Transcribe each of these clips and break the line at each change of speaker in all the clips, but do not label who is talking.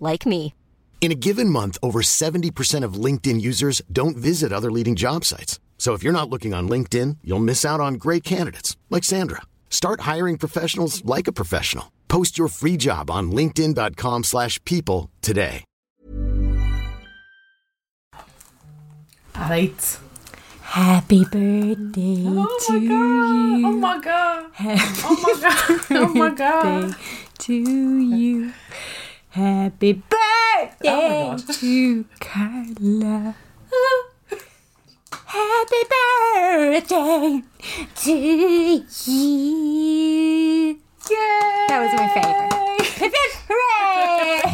like me.
In a given month, over 70% of LinkedIn users don't visit other leading job sites. So if you're not looking on LinkedIn, you'll miss out on great candidates like Sandra. Start hiring professionals like a professional. Post your free job on linkedin.com/people slash people today.
At eight.
Happy birthday
Oh
to
my god!
you.
Oh my god!
Happy
Oh my god! Oh my god! Oh
birthday to you. Happy birthday to Carla. Happy birthday to you.
Yay!
That was my favorite. Pip, pip, hooray!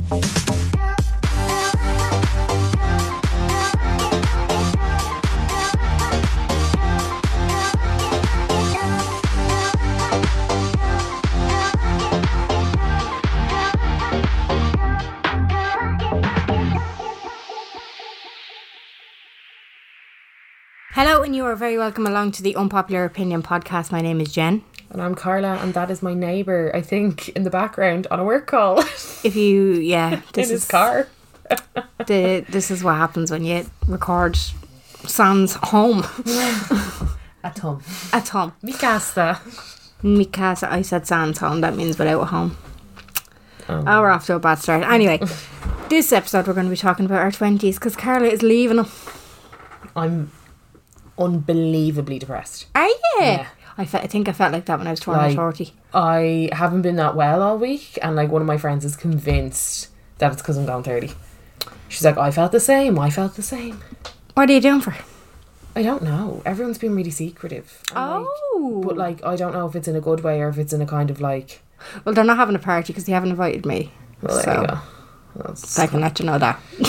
Hello, and you are very welcome along to the Unpopular Opinion podcast. My name is Jen.
And I'm Carla, and that is my neighbour, I think, in the background on a work call
If you, yeah,
in
this
his
is
car.
the, this is what happens when you record Sam's home
At home.
at home.
Mi casa.
Because I said Sam's home, that means without a home.
Um.
Oh. we're off to a bad start. Anyway, this episode we're going to be talking about our twenties because Carla is leaving. us.
I'm unbelievably depressed.
Are you?
Yeah.
I, fe- I think I felt like that when I was twelve
Like-
or forty.
I haven't been that well all week, and like one of my friends is convinced that it's because I'm gone 30. She's like, I felt the same, I felt the same.
What are you doing for?
I don't know. Everyone's been really secretive. And, like,
Oh,
but like, I don't know if it's in a good way or if it's in a kind of like,
well, they're not having a party because they haven't invited me.
well, there
so
you go. That's,
I can let you know that.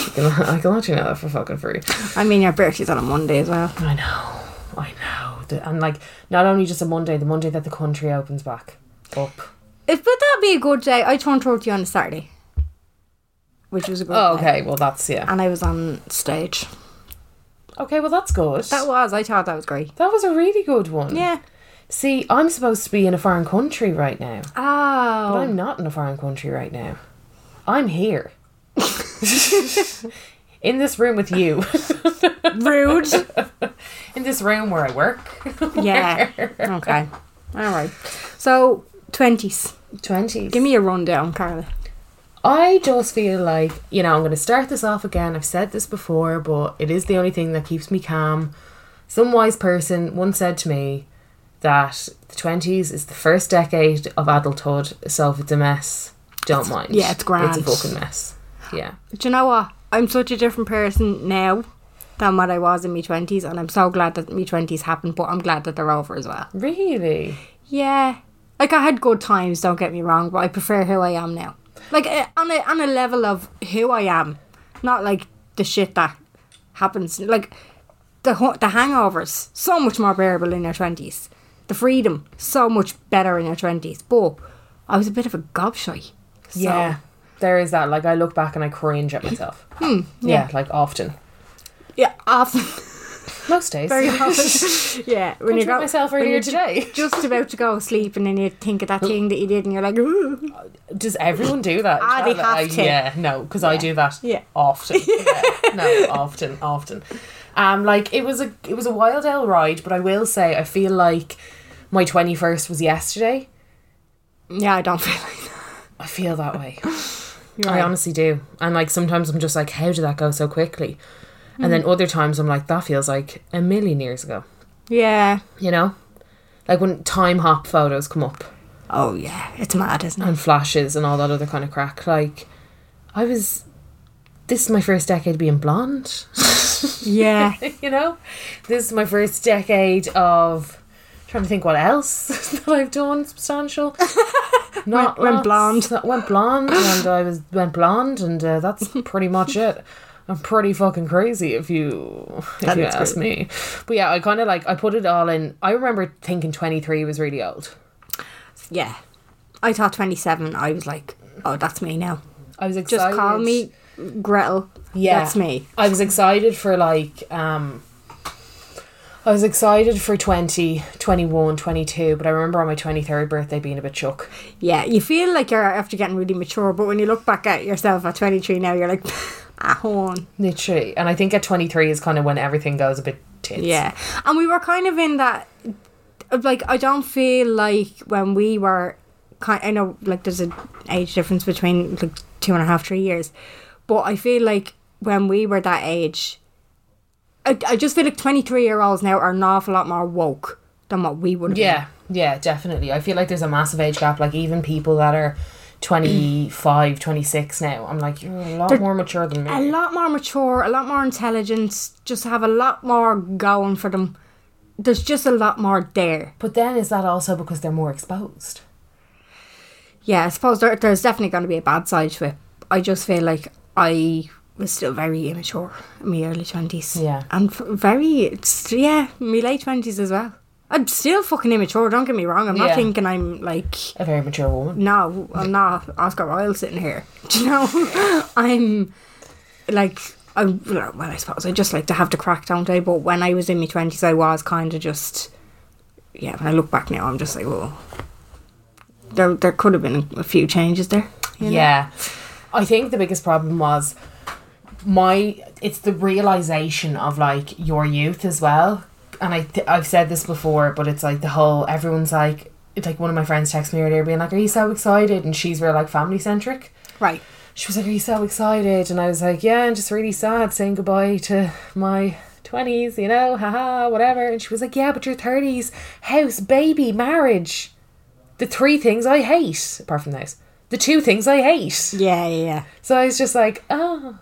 I can let you know that for fucking free.
I mean, your birthday's on a Monday as well.
I know, I know. The- and like, not only just a Monday, the Monday that the country opens back up.
If would that be a good day? I turned 30 on a Saturday, which was a good.
Oh,
day.
okay. Well, that's yeah.
And I was on stage.
Okay, well that's good.
That was. I thought that was great.
That was a really good one.
Yeah.
See, I'm supposed to be in a foreign country right now, but
Oh.
I'm not in a foreign country right now. I'm here. in this room with you.
Rude.
in this room where I work.
yeah. Okay. All right. So twenties.
Twenties.
Give me a rundown, Carla.
I just feel like, you know, I'm going to start this off again. I've said this before, but it is the only thing that keeps me calm. Some wise person once said to me that the 20s is the first decade of adulthood, so if it's a mess, don't mind.
yeah, it's grand.
It's a fucking mess. Yeah.
Do you know what? I'm such a different person now than what I was in my twenties, and I'm so glad that my twenties happened. But I'm glad that they're over as well.
Really?
Yeah. Like I had good times, don't get me wrong, but I prefer who I am now. Like eh, on a on a level of who I am, not like the shit that happens. Like the ho- the hangovers, so much more bearable in your twenties. The freedom, so much better in your twenties. But I was a bit of a gobshite. So,
Yeah. There is that. Like, I look back and I cringe at myself.
Hmm,
yeah. like often.
Yeah. Often.
Most days.
Very often. yeah. When
Cringed at myself
when
earlier
you're
today.
Just about to go to sleep, and then you think of that thing that you did, and you're like, Ooh.
Does everyone do that?
Ah, they
Charlotte? I-
have to.
Yeah, no, because I do that
Yeah.
often. Yeah. no, often, often. Um, like it was a it was a wild ale ride, but I will say I feel like my twenty first was yesterday.
Yeah, I don't feel like that.
I feel that way.
right.
I honestly do. And like sometimes I'm just like, how did that go so quickly? And then
Mm.
other times I'm like, that feels like a million years ago.
Yeah.
You know, like when time hop photos come up.
Oh yeah, it's mad, isn't it?
and flashes and all that other kind of crack. Like, I was. This is my first decade being blonde.
Yeah.
you know, this is my first decade of trying to think what else that I've done substantial. Not
Went- went
lots.
blonde.
That went blonde, and I was went blonde, and uh, that's pretty much it. I'm pretty fucking crazy if you if
That
you
is
ask me. But yeah, I kind of like I put it all in. I remember thinking 23 was really old.
Yeah. I thought 27. I was like, oh, that's me now.
I was
Just
excited.
call me Gretel.
Yeah.
That's me.
I was excited for like um I was excited for 20, 21, 22, but I remember on my 23rd birthday being a bit shook.
Yeah. You feel like you're after getting really mature, but when you look back at yourself at 23 now, you're like, ah, horn.
Literally. And I think at 23 is kind of when everything goes a bit tits.
Yeah. And we were kind of in that like I don't feel like when we were kind I know like there's an age difference between like two and a half, three years. But I feel like when we were that age I, I just feel like twenty three year olds now are an awful lot more woke than what we would have
Yeah, yeah, definitely. I feel like there's a massive age gap. Like, even people that are 25, 26 now, I'm like, you're a lot more mature than me.
been. A lot more mature, a lot more intelligent, just have a lot more going for them. There's just a lot more there.
But then is that also because they're more exposed?
Yeah, I suppose there, there's definitely going to be a bad side to it. I just feel like I was still very immature in my early 20s.
Yeah.
And f- very, it's, yeah, my late 20s as well. I'm still fucking immature, don't get me wrong. I'm
Yeah.
not thinking I'm like,
A very mature woman.
no, I'm not Oscar Wilde sitting here. Do you know? I'm like, I'm, well, I suppose I just like to have the crack, don't I? But when I was in my 20s, I was kind of just, yeah, when I look back now, I'm just like, well, there, there could have been a few changes there.
Yeah. I think the biggest problem was my it's the realization of like your youth as well and I th- I've said this before but it's like the whole everyone's like it's like one of my friends texted me earlier being like are you so excited and she's real like family centric
Right.
she was like, Are you so excited? And I was like, Yeah, I'm just really sad saying goodbye to my 20s, you know, haha, whatever. And she was like, Yeah, but your 30s, house, baby, marriage. The three things I hate, apart from those, the two things I hate.
Yeah, yeah, yeah.
So I was just like, Oh,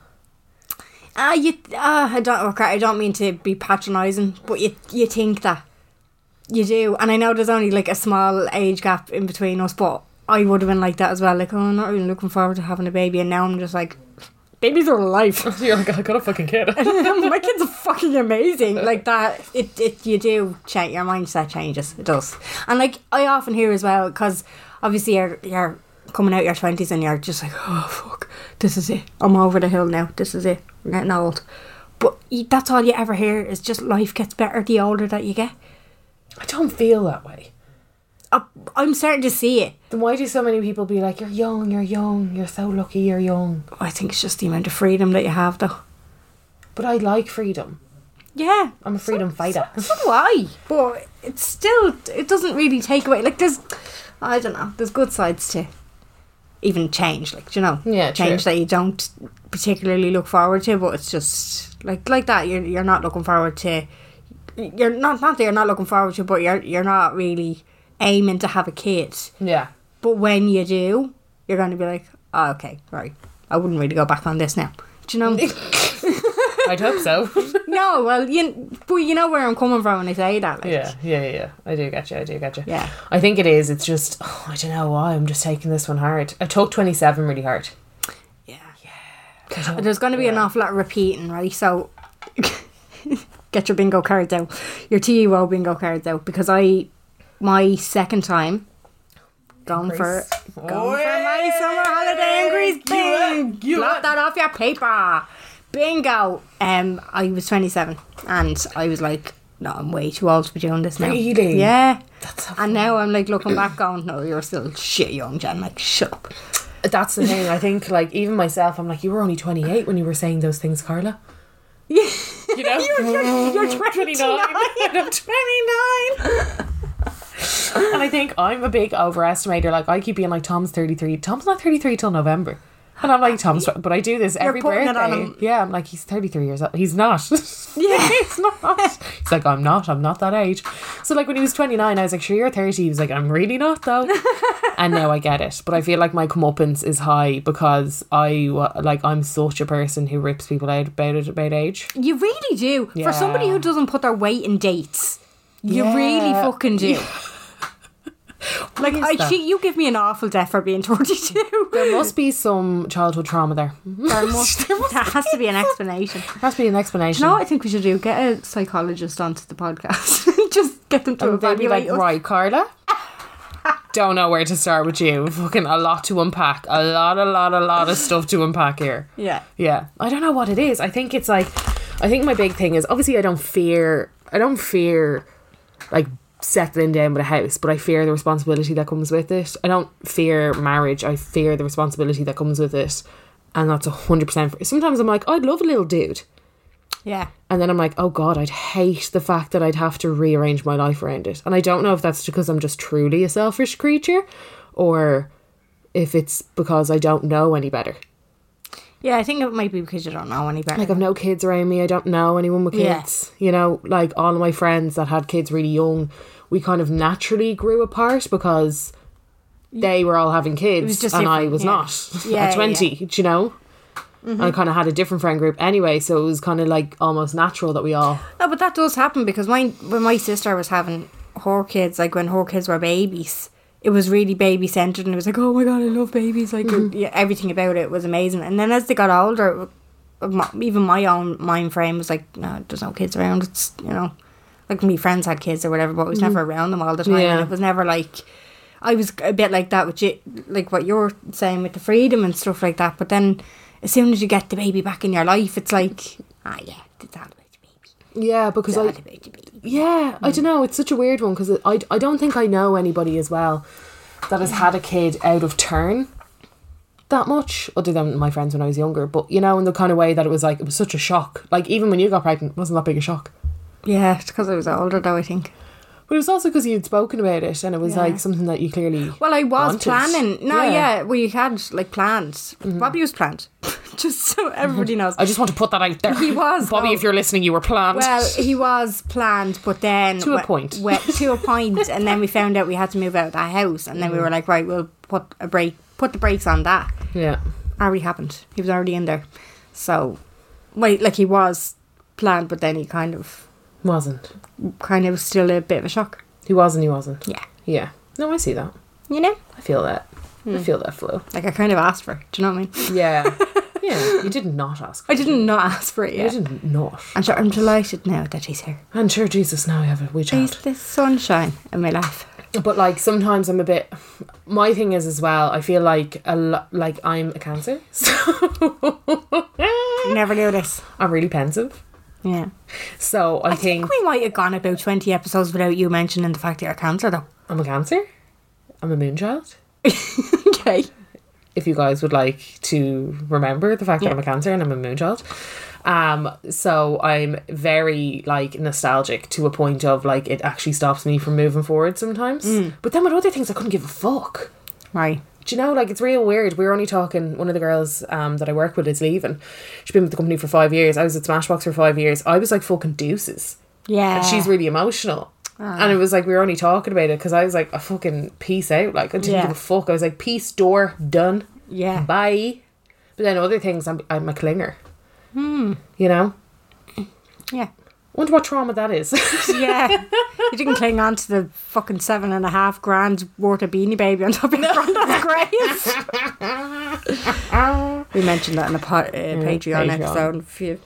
Ah, you. Ah, I don't. Okay, I don't mean to be patronising, but you you think that you do, and I know there's only like a small age gap in between us, but I would have been like that as well. Like, oh, I'm not really looking forward to having a baby, and now I'm just like, babies are life.
you're like, I got a fucking kid.
My kids are fucking amazing. Like that, it, it you do change your mindset changes. It does, and like I often hear as well because obviously you're you're coming out your twenties and you're just like, oh fuck, this is it. I'm over the hill now. This is it. I'm getting old. But y- that's all you ever hear is just life gets better the older that you get.
I don't feel that way.
I, I'm starting to see it.
Then why do so many people be like, You're young, you're young, you're so lucky, you're young?
I think it's just the amount of freedom that you have, though.
But I like freedom.
Yeah,
I'm a freedom fighter.
So do I. But it's still, it doesn't really take away. Like, there's, I don't know, there's good sides to even change. Like, do you know?
Yeah, true.
Change that you don't particularly look forward to, but it's just, like, like that, you're, you're not looking forward to, you're not, not that you're not looking forward to, but you're, you're not really aiming to have a kid.
yeah.
But when you do, you're going to be like, oh, okay, right. I wouldn't really go back on this now. Do you know?
I'd hope so.
no, well, you, but you know where I'm coming from when I say that. Like,
Yeah, yeah, yeah. I do get you. I do get you.
Yeah.
I think it is. It's just oh, I don't know why I'm just taking this one hard. I took twenty seven really hard.
But There's going to be an awful lot of repeating, right? So get your bingo cards out, your TUO bingo cards out, because I, my second time, going for going for my summer holiday in Greece. Bing, blot that off your paper. Bingo. Um, I was 27, and I was like, no, I'm way too old to be doing this now.
Really?
Yeah. That's and now I'm like looking back, going, no, you're still shit young, Jen. Like, shut up.
That's the thing. I think like even myself, I'm like, you were only twenty eight when you were saying those things, Carla. you know,
You're, you're 29.
I'm twenty nine. and I think I'm a big overestimator. Like I keep being like Tom's thirty three. Tom's not thirty three till November. And I'm like Tom's, but I do this every
putting
birthday.
it on him.
Yeah, I'm like he's 33 years old. He's not. Yeah, he's not. He's like I'm not. I'm not that age. So like when he was 29, I was like, sure you're 30. He was like, I'm really not though. and now I get it. But I feel like my comeuppance is high because I wa- like I'm such a person who rips people out about it about age.
You really do. For somebody
Yeah.
who doesn't put their weight in dates, you
Yeah.
really fucking do. Like
is
I,
that?
she, you give me an awful death for being 42.
There must be some childhood trauma there.
there, must, there has to be an explanation.
There has to be an explanation.
You know what I think we should do? Get a psychologist onto the podcast. Just get them to
And they'd be
evaluate
like,
us.
right, Carla. Don't know where to start with you. Fucking a lot to unpack. A lot, a lot, a lot of stuff to unpack here.
Yeah.
Yeah. I don't know what it is. I think it's like, I think my big thing is obviously I don't fear, I don't fear like settling down with a house, but I fear the responsibility that comes with it. I don't fear marriage. I fear the responsibility that comes with it. And that's 100%. Sometimes I'm like, I'd love a little dude.
Yeah.
And then I'm like, oh God, I'd hate the fact that I'd have to rearrange my life around it. And I don't know if that's because I'm just truly a selfish creature or if it's because I don't know any better.
Yeah, I think it might be because you don't know any better.
Like, I've no kids around me. I don't know anyone with
Yeah.
kids. You know, like all of my friends that had kids really young, we kind of naturally grew apart because they were all having kids
was just
and I
different,
was
yeah.
not
Yeah,
at
yeah. Mm-hmm.
20, do you know? And I kind of had a different friend group anyway. So it was kind of like almost natural that we all
No, but that does happen because my when my sister was having her kids, like when her kids were babies, it was really baby centered, and it was like, oh my god, I love babies. Like yeah, everything about it was amazing. And then as they got older, it- my, even my own mind frame was like, no, there's no kids around. It's you know, like me friends had kids or whatever, but I was never around them all the time,
Yeah.
and it was never like. I was a bit like that with you, like what you're saying with the freedom and stuff like that. But then, as soon as you get the baby back in your life, it's like, ah, yeah, it's all about the baby.
Yeah, because I yeah, I don't know. It's such a weird one because I I don't think I know anybody as well that has had a kid out of turn that much, other than my friends when I was younger. But you know, in the kind of way that it was like it was such a shock. Like even when you got pregnant, it wasn't that big a shock.
Yeah, it's because I was older though, I think.
But it was also because you'd spoken about it, and it was like something that you clearly.
Well, I was
wanted.
planning. No, yeah. we had like plans. Bobby was planned. Just so everybody knows.
Mm-hmm. I just want to put that out there.
He was,
Bobby.
though.
If you're listening, you were planned.
well, he was planned, but then
To a
we-
point.
we- to a point, and then we found out we had to move out of that house, and then
Mm-hmm.
we were like, right, we'll put a break, put the brakes on that.
yeah,
Already happened. He was already in there, so wait, like he was planned, but then he kind of,
wasn't.
kind of was still a bit of a shock.
He was and he wasn't.
Yeah,
Yeah. No, I see that.
you know,
I feel that.
Hmm.
I feel that flow.
like I kind of asked for. It, do you know what I mean?
Yeah. yeah. You did not ask.
I didn't not ask for it.
I
Yet.
didn't not.
I'm sure I'm delighted now that he's here.
And sure, Jesus, now I have a wee
He's
child.
the sunshine in my life.
But like sometimes I'm a bit. My thing is as well. I feel like a lo- like I'm a cancer, so
Never knew this.
I'm really pensive.
Yeah.
So I,
I
think,
think we might have gone about 20 episodes without you mentioning the fact that you're cancer, though.
I'm a cancer. I'm a moon child.
okay.
If you guys would like to remember the fact that I'm a cancer and I'm a moon child, um, so I'm very like nostalgic to a point of like it actually stops me from moving forward sometimes.
Mm.
But then with other things, I couldn't give a fuck.
Right.
Do you know, like, it's real weird. We were only talking, one of the girls um, that I work with is leaving. She's been with the company for five years. I was at Smashbox for five years. I was like, fucking deuces.
Yeah. Ah.
And she's really emotional. And it was like, we were only talking about it because I was like, a fucking peace out. Like, I didn't
Yeah.
give a fuck. I was like, peace, door, done.
Yeah.
Bye. But then other things, I'm, I'm a clinger. You know?
Yeah.
Wonder what trauma that is.
Yeah. you didn't cling on to the fucking seven and a half grand worth of beanie baby on top of your granddad's grave. we mentioned that in a po- uh, Patreon,
Patreon.
episode. If you,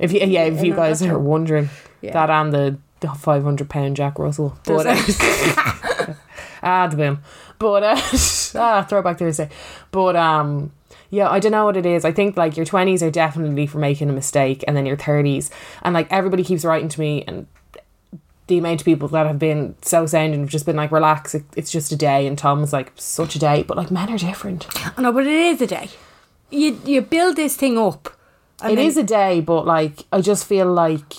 if you, yeah, if you guys are wondering,
Yeah.
that and the, the 500 pound Jack Russell. But, uh, Ah, the boom. But uh, ah, throwback Thursday. But um, yeah, I don't know what it is. I think like your twenties are definitely for making a mistake, and then your thirties, and like everybody keeps writing to me, and the amount of people that have been so sound and have just been like, relax, it, it's just a day. And Tom was like, such a day, but like men are different.
oh, no, but it is a day. You, you build this thing up.
It is a day, but like I just feel like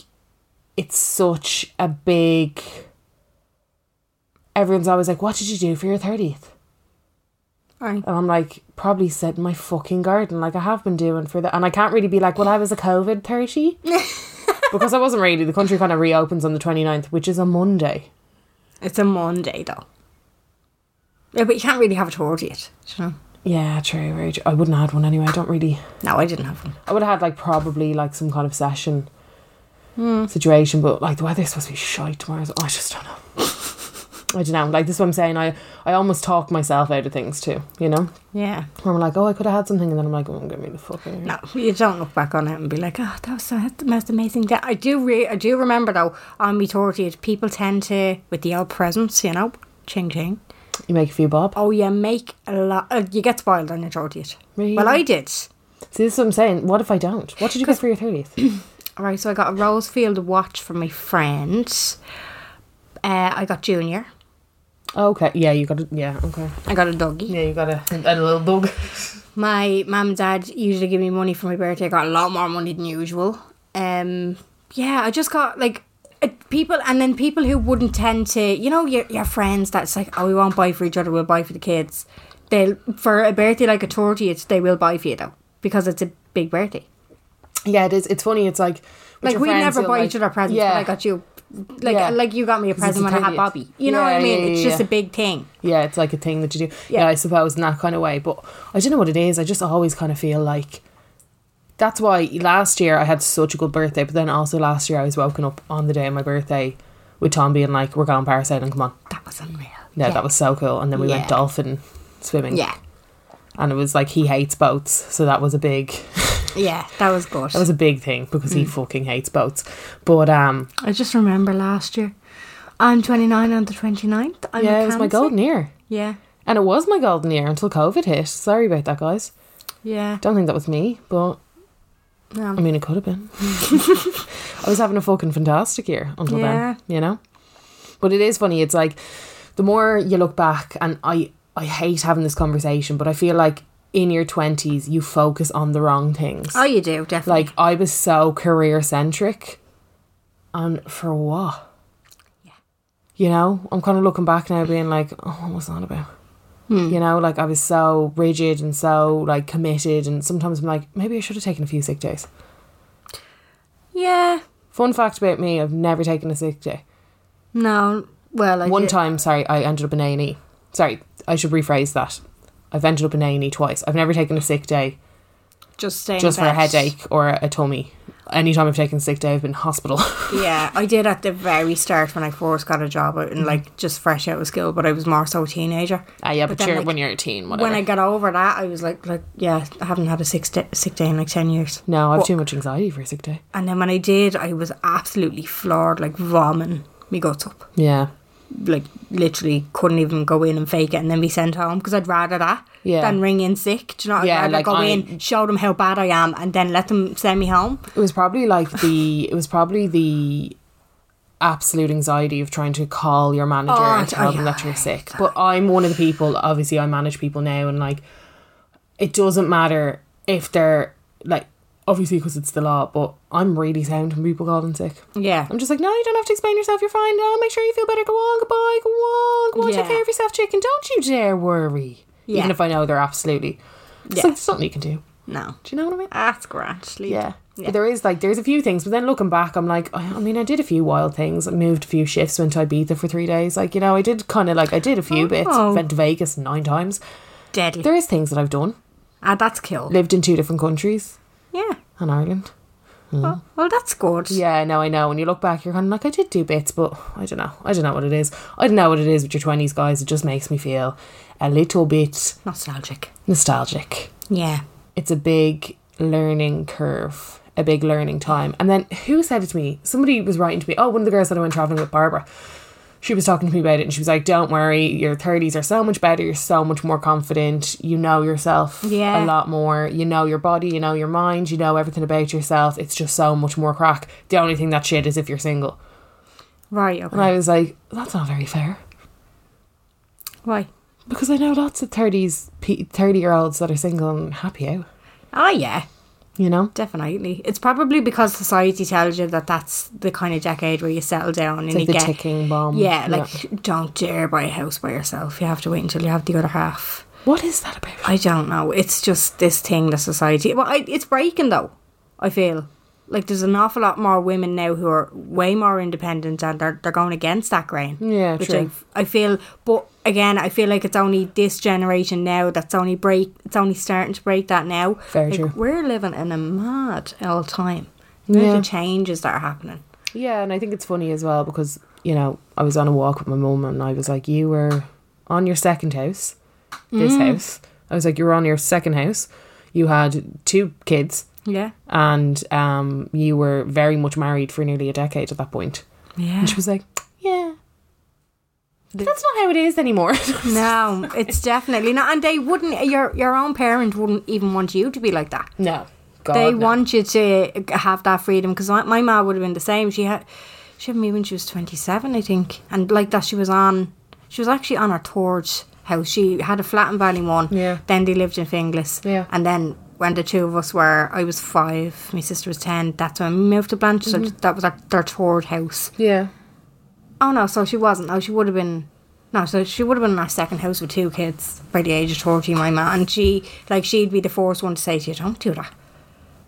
it's such a big. Everyone's always like, "What did you do for your 30th?
Right.
And I'm like, probably set in my fucking garden, like I have been doing for the. And I can't really be like, well, I was a COVID 30. because I wasn't really. The country kind of reopens on the 29th, which is a Monday.
It's a Monday though. Yeah, but you can't really have a tour yet. do You know?
Yeah, true, very true. I wouldn't have had one anyway. I don't really.
No, I didn't have one.
I would have had like probably like some kind of session
Hmm.
situation, but like the weather's supposed to be shite tomorrow. So I just don't know. I don't know. Like this is what I'm saying. I I almost talk myself out of things too. You know,
Yeah.
where I'm like, oh, I could have had something, and then I'm like, oh, give me the fucking.
No, you don't look back on it and be like, oh, that was the most amazing day. I do, re- I do remember though, on my 30th, people tend to, with the old presents, you know, ching ching.
You make a few bob.
Oh, you make a lot. Uh, you get spoiled on your 30th. Well, I
Really?
did.
See, this is what I'm saying. What if I don't? What did you get for your thirtieth?
Right, so I got a Rosefield watch from my friend. Uh, I got Junior.
Oh, okay, yeah, you got it. Yeah, okay.
I got a doggy.
Yeah, you got a, a little dog.
My mum and dad usually give me money for my birthday. I got a lot more money than usual. Um, yeah, I just got like uh, people, and then people who wouldn't tend to, you know, your, your friends that's like, oh, we won't buy for each other, we'll buy for the kids. They'll, for a birthday like a 30th, they will buy for you though, because it's a big birthday.
Yeah, it is. It's funny. It's like with
Like,
your
we
friends,
never
you'll,
buy
like-
each other presents,
Yeah,
but I got you. Like,
Yeah.
like you got me a
it's
present when I had
30th.
Bobby. You know
Yeah,
what I mean?
yeah,
it's
yeah,
just
yeah.
a big thing.
yeah, it's like a thing that you do.
Yeah.
Yeah, I suppose in that kind of way. But I don't know what it is. I just always kind of feel like that's why last year I had such a good birthday. But then also last year I was woken up on the day of my birthday with Tom being like, "We're going parasailing. Come on!"
That was unreal.
Yeah, that was so cool. And then we
Yeah.
went dolphin swimming.
Yeah,
and it was like he hates boats, so that was a big.
yeah, that was good.
That was a big thing because he fucking hates boats. But um
I just remember last year. I'm 29 on the 29th. I'm
yeah,
a
it was my
Cancer.
golden year.
Yeah,
And it was my golden year until COVID hit. Sorry about that, guys.
yeah.
Don't think that was me, but I
Um,
mean, it could have been. I was having a fucking fantastic year until
Yeah.
then, you know? But it is funny. It's like the more you look back, and I, I hate having this conversation, but I feel like in your 20s, you focus on the wrong things.
oh, you do, definitely.
like, I was so career centric. And for what? You know, I'm kind of looking back now being like, oh, what was that about? You know, like I was so rigid and so like committed. And sometimes I'm like, maybe I should have taken a few sick days.
yeah.
Fun fact about me, I've never taken a sick day.
No. Well, I
One
did-
time, sorry, I ended up in A&E. Sorry, I should rephrase that. I've ended up in A&E twice. I've never taken a sick day
just staying
just for a
in bed.
headache or a, a tummy. Anytime I've taken a sick day, I've been in hospital.
Yeah, I did at the very start when I first got a job out and like just fresh out of school, but I was more so a teenager.
Mm. ah, yeah, but,
then,
you're,
like,
when you're a teen, whatever.
When I got over that, I was like, like, yeah, I haven't had a sick day, sick day in like ten years.
no, I have
Well-
too much anxiety for a sick day.
And then when I did, I was absolutely floored, like vomiting me guts up.
Yeah.
like literally couldn't even go in and fake it and then be sent home because I'd rather that
Yeah.
than ring in sick. Do you know? I'd
Yeah,
rather
like
go
I-
in, show them how bad I am, and then let them send me home.
It was probably like the, it was probably the absolute anxiety of trying to call your manager
Oh,
and
I-
tell
oh,
them
yeah,
that you're sick. But I'm one of the people, obviously, I manage people now, and like, it doesn't matter if they're like, obviously, because it's the law, but I'm really sound when people call them sick.
Yeah,
I'm just like, no, you don't have to explain yourself, you're fine. No, make sure you feel better. Go on, goodbye, go on, go on,
Yeah.
take care of yourself, chicken. Don't you dare worry.
Yeah.
Even if I know they're absolutely. It's
Yeah.
like, there's nothing you can do.
no,
Do you know what I mean?
that's grand. leave
Yeah.
it.
But There is like there's a few things, but then looking back, I'm like, oh, I, I mean, I did a few wild things. I moved a few shifts, went to Ibiza for three days. Like you know, I did kind of like I did a few bits.
Oh.
Went to Vegas nine times.
deadly.
There is things that I've done.
ah, that's cool.
Lived in two different countries
yeah.
and Ireland.
Well, well, that's good.
Mm. Yeah, no, I know. When you look back, you're kind of like, I did do bits, but I don't know. I don't know what it is. I don't know what it is with your twenties, guys. It just makes me feel a little bit
Nostalgic.
nostalgic.
Yeah.
it's a big learning curve, a big learning time. And then who said it to me? Somebody was writing to me. Oh, one of the girls that I went traveling with, Barbara. She was talking to me about it, and she was like, "Don't worry, your thirties are so much better. You're so much more confident. You know yourself a
Yeah.
lot more. You know your body. You know your mind. You know everything about yourself. It's just so much more crack. The only thing that shit is if you're single."
Right. Okay.
And I was like, "That's not very fair."
Why?
Because I know lots of 30s, 30 year olds that are single and happy out,
Oh yeah.
you know?
Definitely. It's probably because society tells you that that's the kind of decade where you settle down and
Like
you
the
get
ticking bomb.
Yeah, like don't dare buy a house by yourself. You have to wait until you have the other half.
What is that about?
I don't know. It's just this thing that society. Well, I, it's breaking though. I feel like there's an awful lot more women now who are way more independent and they're they're going against that grain.
Yeah,
which
true.
I, I feel. But again, I feel like it's only this generation now that's only break. It's only starting to break that now.
Very
Like,
true.
We're living in a mad old time. Look at
Yeah.
The changes that are happening.
Yeah, and I think it's funny as well because you know, I was on a walk with my mum and I was like, You were on your second house, this
Mm.
house. I was like, You were on your second house. You had two kids
Yeah.
and um, you were very much married for nearly a decade at that point.
Yeah.
And she was like, Yeah. That's not how it is anymore.
No, it's definitely not. And they wouldn't. Your your own parent wouldn't even want you to be like that.
no. God,
they
no.
want you to have that freedom because my, my mom would have been the same. She had she had me when she was twenty seven, I think, and like that she was on she was actually on her towards house. She had a flat in Ballymun.
Yeah.
Then they lived in Finglas.
Yeah.
And then when the two of us were, I was five, my sister was ten. That's when we moved to Blanche. So
Mm-hmm.
that was our, their third house.
Yeah.
Oh no, so she wasn't. No, she would have been. No, so she would have been in our second house with two kids by the age of thirty, my ma, and she like she'd be the first one to say to you, "Don't do that."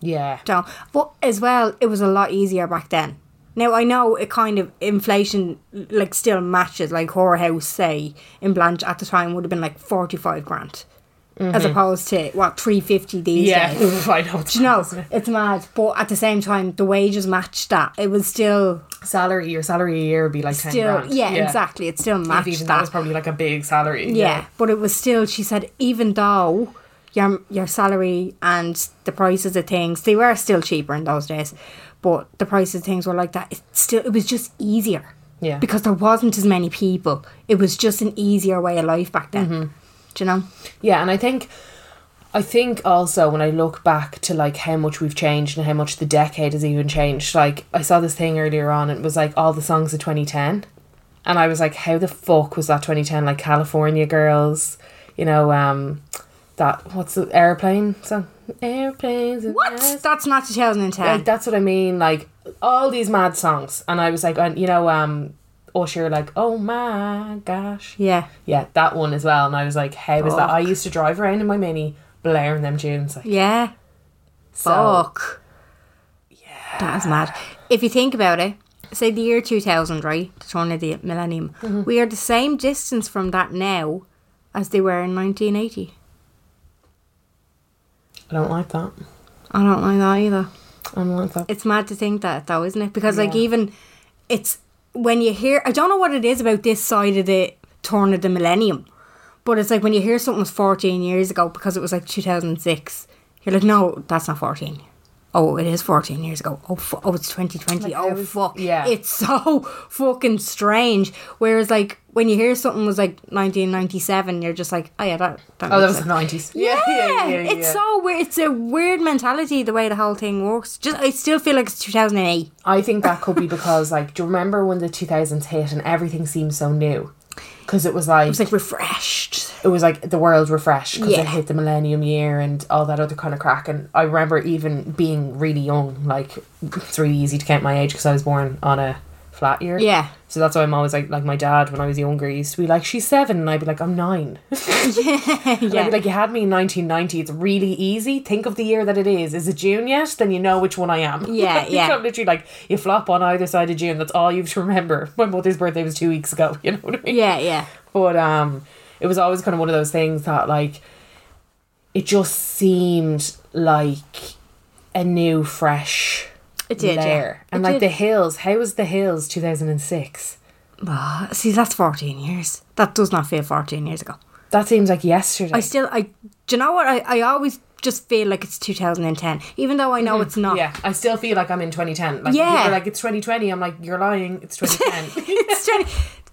Yeah.
down. But as well, it was a lot easier back then. Now I know it kind of inflation like still matches like horror house say in Blanche at the time would have been like forty five grand, as opposed to what three fifty these
Mm-hmm. Yeah.
days.
I know.
Do you know, it's mad, but at the same time, the wages matched that. It was still,
Salary, your salary a year would be like 10
still,
grand.
yeah, exactly. It still
If
matched
Even
that.
that was probably like a big salary.
Yeah, but it was still. She said even though your your salary and the prices of things they were still cheaper in those days, but the prices of things were like that. It still it was just easier.
Yeah.
Because there wasn't as many people. It was just an easier way of life back then. Do you know?
Yeah, and I think I think also when I look back to like how much we've changed and how much the decade has even changed, like I saw this thing earlier on and it was like all the songs of twenty ten. And I was like, How the fuck was that twenty ten? Like California girls, you know, um that what's the airplane song? Airplanes and
What?
airplanes.
That's not 2010.
Like that's what I mean. Like all these mad songs, and I was like, and you know, um, Usher, like, oh my gosh,
yeah.
yeah, that one as well. And I was like, how is that? I used to drive around in my mini blaring them tunes. Like,
Yeah.
so-
Fuck. Yeah. That is mad. If you think about it, say the year 2000, right? The turn of the millennium. We are the same distance from that now as they were in 1980.
I don't like that.
I don't like that either.
I don't like that.
It's mad to think that, though, isn't it? Because, like, even it's when you hear, I don't know what it is about this side of the turn of the millennium, but it's like when you hear something was 14 years ago because it was like 2006, you're like, no, that's not 14. Oh, it is 14 years ago. Oh, fu- oh it's 2020. oh, fuck.
yeah.
It's so fucking strange. Whereas, like, when you hear something was like 1997, you're just like, oh, yeah, that, that
Oh, that
makes
was
sense."
the nineties.
Yeah, it's so weird. It's a weird mentality the way the whole thing works. Just I still feel like it's 2008.
I think that could be because, like, do you remember when the two thousands hit and everything seemed so new? Because it was like
It's like refreshed.
it was like the world refresh because
Yeah.
it hit the millennium year and all that other kind of crack. And I remember even being really young, like it's really easy to count my age because I was born on a flat year.
Yeah.
So that's why I'm always like, like my dad when I was younger he used to be like, she's seven, and I'd be like, I'm nine. yeah. I'd be like, you had me in 1990. It's really easy. Think of the year that it is. Is it June yet? Then you know which one I am.
Yeah,
you
yeah.
can't literally like you flop on either side of June. That's all you have to remember. My mother's birthday was two weeks ago. You know what I mean?
Yeah, yeah.
But um, it was always kind of one of those things that like it just seemed like a new, fresh
It did, yeah.
layer.
It
And like
did.
the hills, how was the hills two thousand and six?
Ah, see, that's 14 years. That does not feel 14 years ago.
That seems like yesterday.
I still, I, do you know what? I, I always just feel like it's 2010, even though I know it's not.
yeah, I still feel like I'm in 2010. Like,
Yeah.
people are like it's 2020. I'm like, you're lying. It's 2010.
It's 20,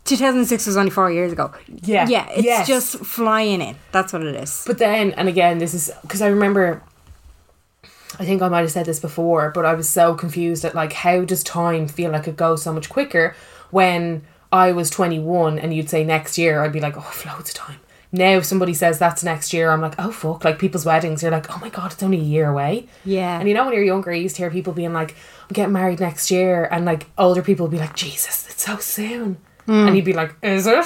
2006 was only four years ago.
Yeah.
Yeah, it's
Yes.
just flying in. That's what it is.
But then, and again, this is because I remember. I think I might have said this before, but I was so confused at like how does time feel like it goes so much quicker when I was twenty one and you'd say next year I'd be like oh I've loads of time. Now if somebody says that's next year I'm like oh fuck like people's weddings you're like oh my god it's only a year away.
Yeah.
And you know when you're younger you used to hear people being like I'm getting married next year and like older people would be like Jesus it's so soon. And you'd be like, "Is it?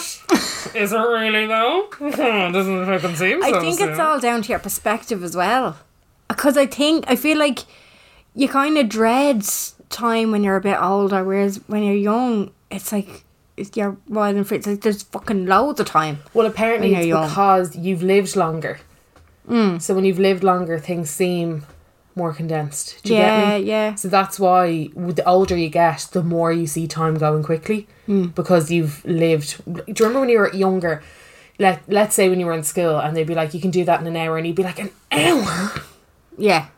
Is it really though? Doesn't fucking seem so
I think it's all down to your perspective as well. Because I think, I feel like you kind of dread time when you're a bit older, whereas when you're young, it's like it's, you're wild and free. It's like there's fucking loads of time.
Well, apparently
When
it's
you're young. Mm.
because you've lived longer. So when you've lived longer, things seem more condensed. Do you
Yeah,
get me?
yeah.
So that's why with the older you get, the more you see time going quickly
Mm.
because you've lived. Do you remember when you were younger? Let Let's say when you were in school, and they'd be like, "You can do that in an hour," and you'd be like, "An hour?
Yeah.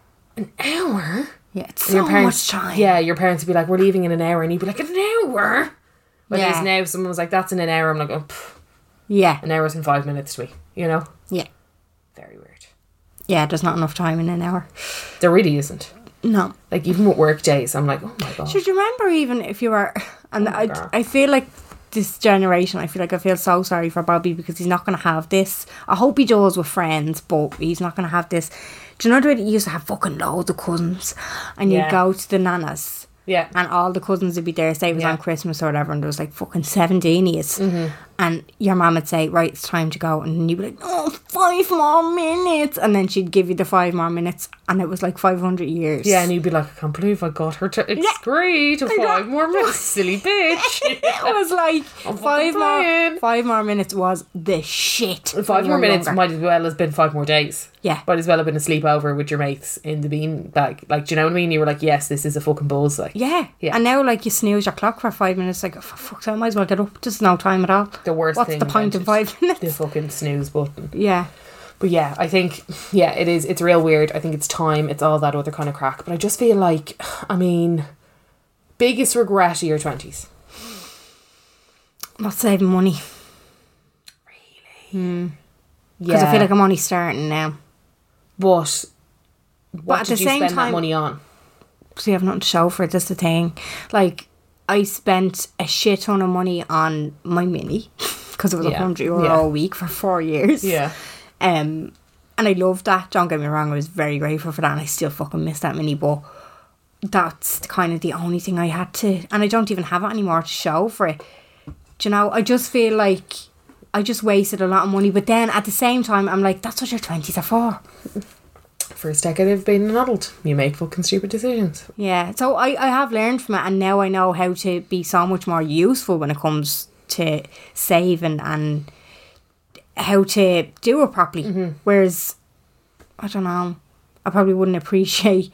Hour?"
Yeah. It's
And
so much time.
Yeah, your parents would be like, "We're leaving in an hour," and you'd be like, "An hour?" Whereas
Yeah.
now, if someone was like, "That's in an hour," I'm like, "Oh, pff,
Yeah.
an hour's in five minutes to me," you know?
Yeah.
Very weird.
Yeah, there's not enough time in an hour.
There really isn't.
No.
Like even with work days, I'm like, "Oh my god."
Should you remember even if you were, and
Oh
I, I feel like this generation, I feel like I feel so sorry for Bobby because he's not going to have this. I hope he does with friends, but he's not going to have this. Do you know the way that you used to have fucking loads of cousins and
Yeah.
you'd go to the nanas?
Yeah.
And all the cousins would be there, say it was
Yeah. Mm-hmm.
on Christmas or whatever, and there was like fucking 17 of yous. And your mum would say, Right, it's time to go. And you'd be like, Oh, five more minutes. And then she'd give you the five more minutes, and it was like 500 years.
Yeah, and you'd be like, I can't believe I got her to agree to five more minutes, silly bitch.
it was like five
playing.
more five more minutes was the shit. when
five
you
more
were
minutes
younger.
might as well have been five more days.
Yeah.
Might as well have been a sleepover with your mates in the bean bag. Like, do you know what I mean? You were like, yes, this is a fucking bullseye.
yeah.
Yeah.
And now like you snooze your clock for five minutes, like oh, for fuck's sake, I might as well get up. There's no time at all.
The worst
What's
thing.
the point in
about it,
five minutes?
The fucking snooze button.
Yeah.
But yeah, I think, yeah, it is. It's real weird. I think it's time. It's all that other kind of crack. But I just feel like, I mean, biggest regret of your 20s.
Not saving money.
Yeah.
Because I feel like I'm only starting now.
But what
at
did
the
you
same
spend that
time-
money on?
Because we have nothing to show for it, that's the thing. Like I spent a shit ton of money on my mini because it was a
Yeah.
hundred euro
Yeah.
a week for four years. Um, and I loved that. Don't get me wrong, I was very grateful for that, and I still fucking miss that mini. But that's the kind of the only thing I had to, and I don't even have it anymore to show for it. Do you know? I just feel like I just wasted a lot of money. But then at the same time, I'm like, that's what your twenties are for.
first decade of being an adult, you make fucking stupid decisions.
Yeah. So I I have learned from it, and now I know how to be so much more useful when it comes to saving and how to do it properly.
Mm-hmm.
Whereas, I don't know, I probably wouldn't appreciate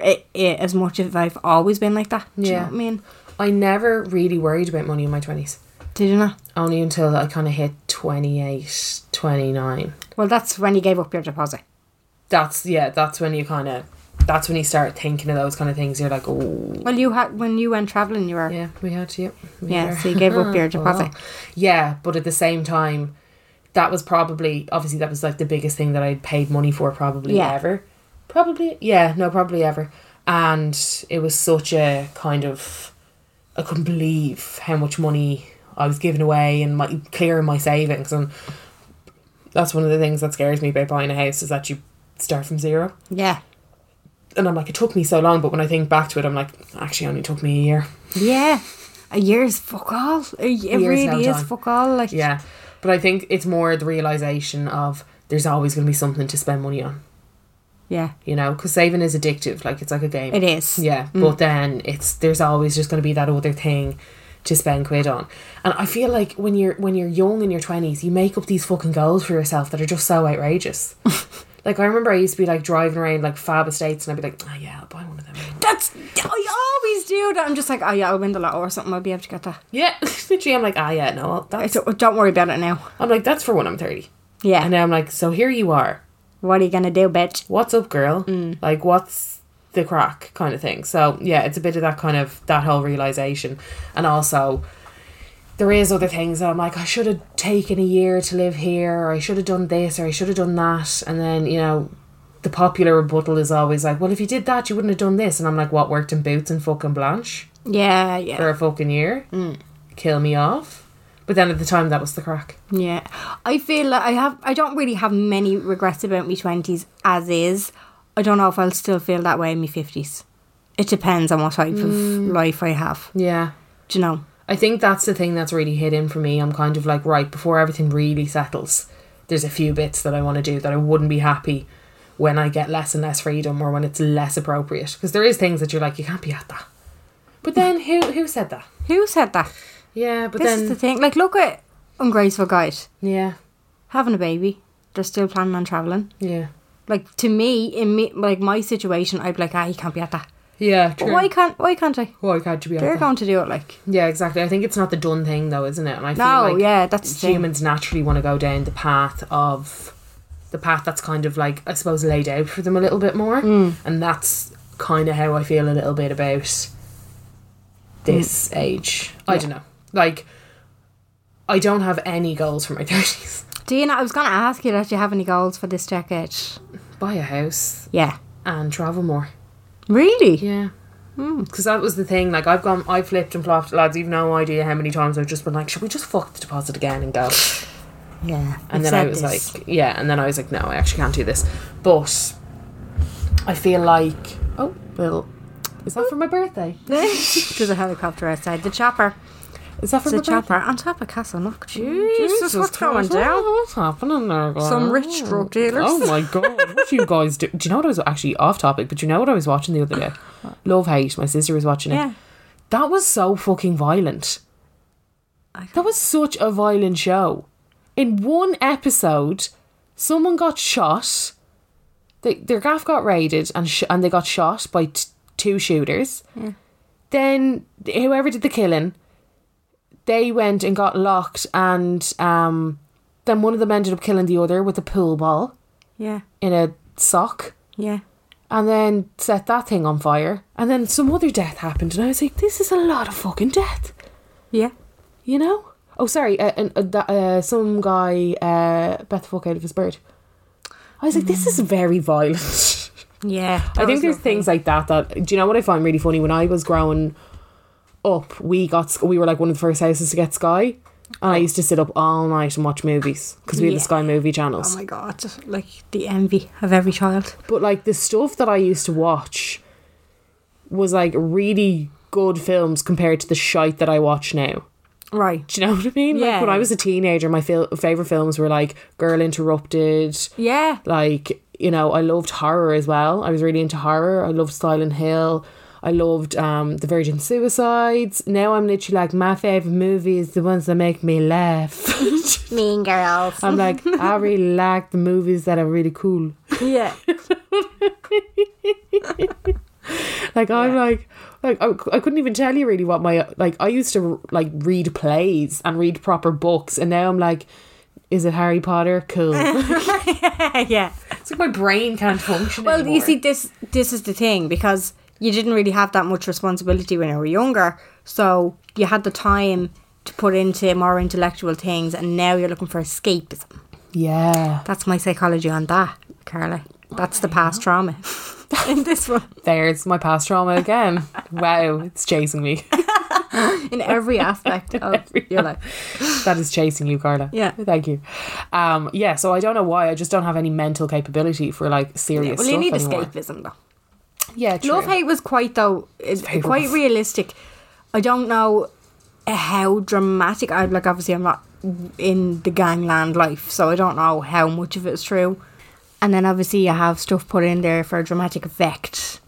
it, it as much if I've always been like that. Do you know
Yeah.
what I mean?
I never really worried about money in my 20s,
Did you not?
only until I kind of hit 28, 29.
Well, that's when you gave up your deposit.
That's, yeah, that's when you kind of, that's when you start thinking of those kind of things. You're like, oh,
Well, you had when you went traveling, you were yeah.
yeah, we had to, yeah. we were-
so you gave up your deposit.
Yeah, but at the same time, that was probably, obviously, that was like the biggest thing that I'd paid money for probably
Yeah.
ever. Probably, yeah, no, probably ever. And it was such a kind of, I couldn't believe how much money I was giving away and my clearing my savings. And that's one of the things that scares me about buying a house is that you start from zero.
Yeah,
And I'm like, it took me so long, but when I think back to it, I'm like, actually, it only took me a year.
yeah. A year's fuck all. A y- It
Year's no
really is
time.
fuck all. Like
Yeah. But I think it's more the realization of there's always going to be something to spend money on,
yeah,
you know, because saving is addictive. Like it's like a game.
it is. Mm.
Yeah. But then it's, there's always just going to be that other thing to spend quid on. And I feel like when you're, when you're young in your 20s, you make up these fucking goals for yourself that are just so outrageous. like I remember I used to be like driving around like fab estates and I'd be like, oh yeah, I'll buy one of them.
That's I always do that. I'm just like, oh yeah, I'll win the lotto or something. I'll be able to get that.
Yeah. Literally, I'm like, ah, yeah, no, I'll-
I
that's,
don't, don't worry about it now.
I'm like, that's for when I'm 30.
Yeah.
And then I'm like, so here you are.
What are you gonna do, bitch?
what's up girl like what's the crack kind of thing so yeah it's a bit of that kind of that whole realization and also there is other things that I'm like I should have taken a year to live here or I should have done this or I should have done that and then you know the popular rebuttal is always like well if you did that you wouldn't have done this and I'm like what worked in boots and fucking Blanche
Yeah, yeah,
for a fucking year kill me off but then at the time that was the crack
yeah. I feel like I have. I don't really have many regrets about my twenties as is. I don't know if I'll still feel that way in my fifties. It depends on what type of life I have.
yeah
Do you know?
I think that's the thing that's really hit in for me. I'm kind of like, right, before everything really settles, there's a few bits that I want to do that I wouldn't be happy when I get less and less freedom or when it's less appropriate. Because there is things that you're like, you can't be at that. But then who who said that?
Who said that?
Yeah, but
This
then
is the thing. Like, look at ungraceful guide
yeah,
having a baby. They're still planning on traveling.
yeah,
Like to me, in me, like my situation, I'd be like, ah, he can't be at that.
Yeah, true.
But why can't? Why can't I?
Why can't you be? at
They're
that?
going to do it. Like
Yeah, exactly. I think it's not the done thing though, isn't it? And I feel
No,
like
yeah, that's the thing.
humans naturally want to go down the path of the path that's kind of like I suppose laid out for them a little bit more, and that's kind of how I feel a little bit about this age. I don't know. Like, I don't have any goals for my thirties.
Do you know? I was going to ask you that you have any goals for this decade.
Buy a house
Yeah.
and travel more.
Really?
Yeah. Because that was the thing. Like I've gone, I flipped and flopped, lads. You've no idea how many times I've just been like, should we just fuck the deposit again and go?
Yeah.
and then I was like, yeah, and then I was like, no, I actually can't do this. But I feel like, oh, well, is
Oh.
that for my birthday?
there's a helicopter outside the chopper.
Is that for
It's a
my
chopper
birthday?
on top of Castle Knock. Jesus, what's going
Christ,
down?
What's happening there, guys?
Some rich drug dealers.
Oh my god, what do you guys do? Do you know what I was actually off topic? But you know what I was watching the other day? Love Hate. My sister was watching it.
Yeah.
That was so fucking violent. That was such a violent show. In one episode, someone got shot. They, their gaff got raided and sh- and they got shot by t- two shooters. Then whoever did the killing, they went and got locked, and um, then one of them ended up killing the other with a pool ball
Yeah.
in a sock
Yeah.
and then set that thing on fire. And then some other death happened, and I was like, this is a lot of fucking death,
Yeah.
you know? Oh, sorry, uh, and uh, that, uh, some guy uh, bet the fuck out of his bird. I was like, this is very violent.
Yeah.
I think there's things like that that do you know what I find really funny when I was growing up we got Sk- we were like one of the first houses to get Sky and I used to sit up all night and watch movies because we had
Oh. Yeah.
the Sky movie channels
Oh my god, just like the envy of every child.
but like the stuff that I used to watch was like really good films compared to the shite that I watch now.
Right.
Do you know what I mean?
Yeah.
Like when I was a teenager, my fil- favorite films were like Girl Interrupted.
Yeah.
Like you know, I loved horror as well. I was really into horror. I loved Silent Hill. I loved um, The Virgin Suicides. Now I'm literally like my favorite movie is the ones that make me laugh.
Mean girls.
I'm like I really like the movies that are really cool.
yeah.
Like I'm like like I, I couldn't even tell you really what my like I used to like read plays and read proper books and now I'm like is it Harry Potter cool it's
yeah.
like my brain can't function
Well, you see, this this is the thing because you didn't really have that much responsibility when you were younger, so you had the time to put into more intellectual things, and now you're looking for escapism.
yeah
That's my psychology on that, Carla. That's the past trauma in this one,
there's my past trauma again wow it's chasing me
in every aspect of your life.
that is chasing you Carla
Yeah.
thank you um yeah so I don't know why I just don't have any mental capability for like serious
Well, you need
stuff anymore.
escapism though.
yeah true.
Love Hate was quite though is quite realistic. I don't know how dramatic I like obviously I'm not in the gangland life, so I don't know how much of it's true. And then obviously you have stuff put in there for dramatic effect.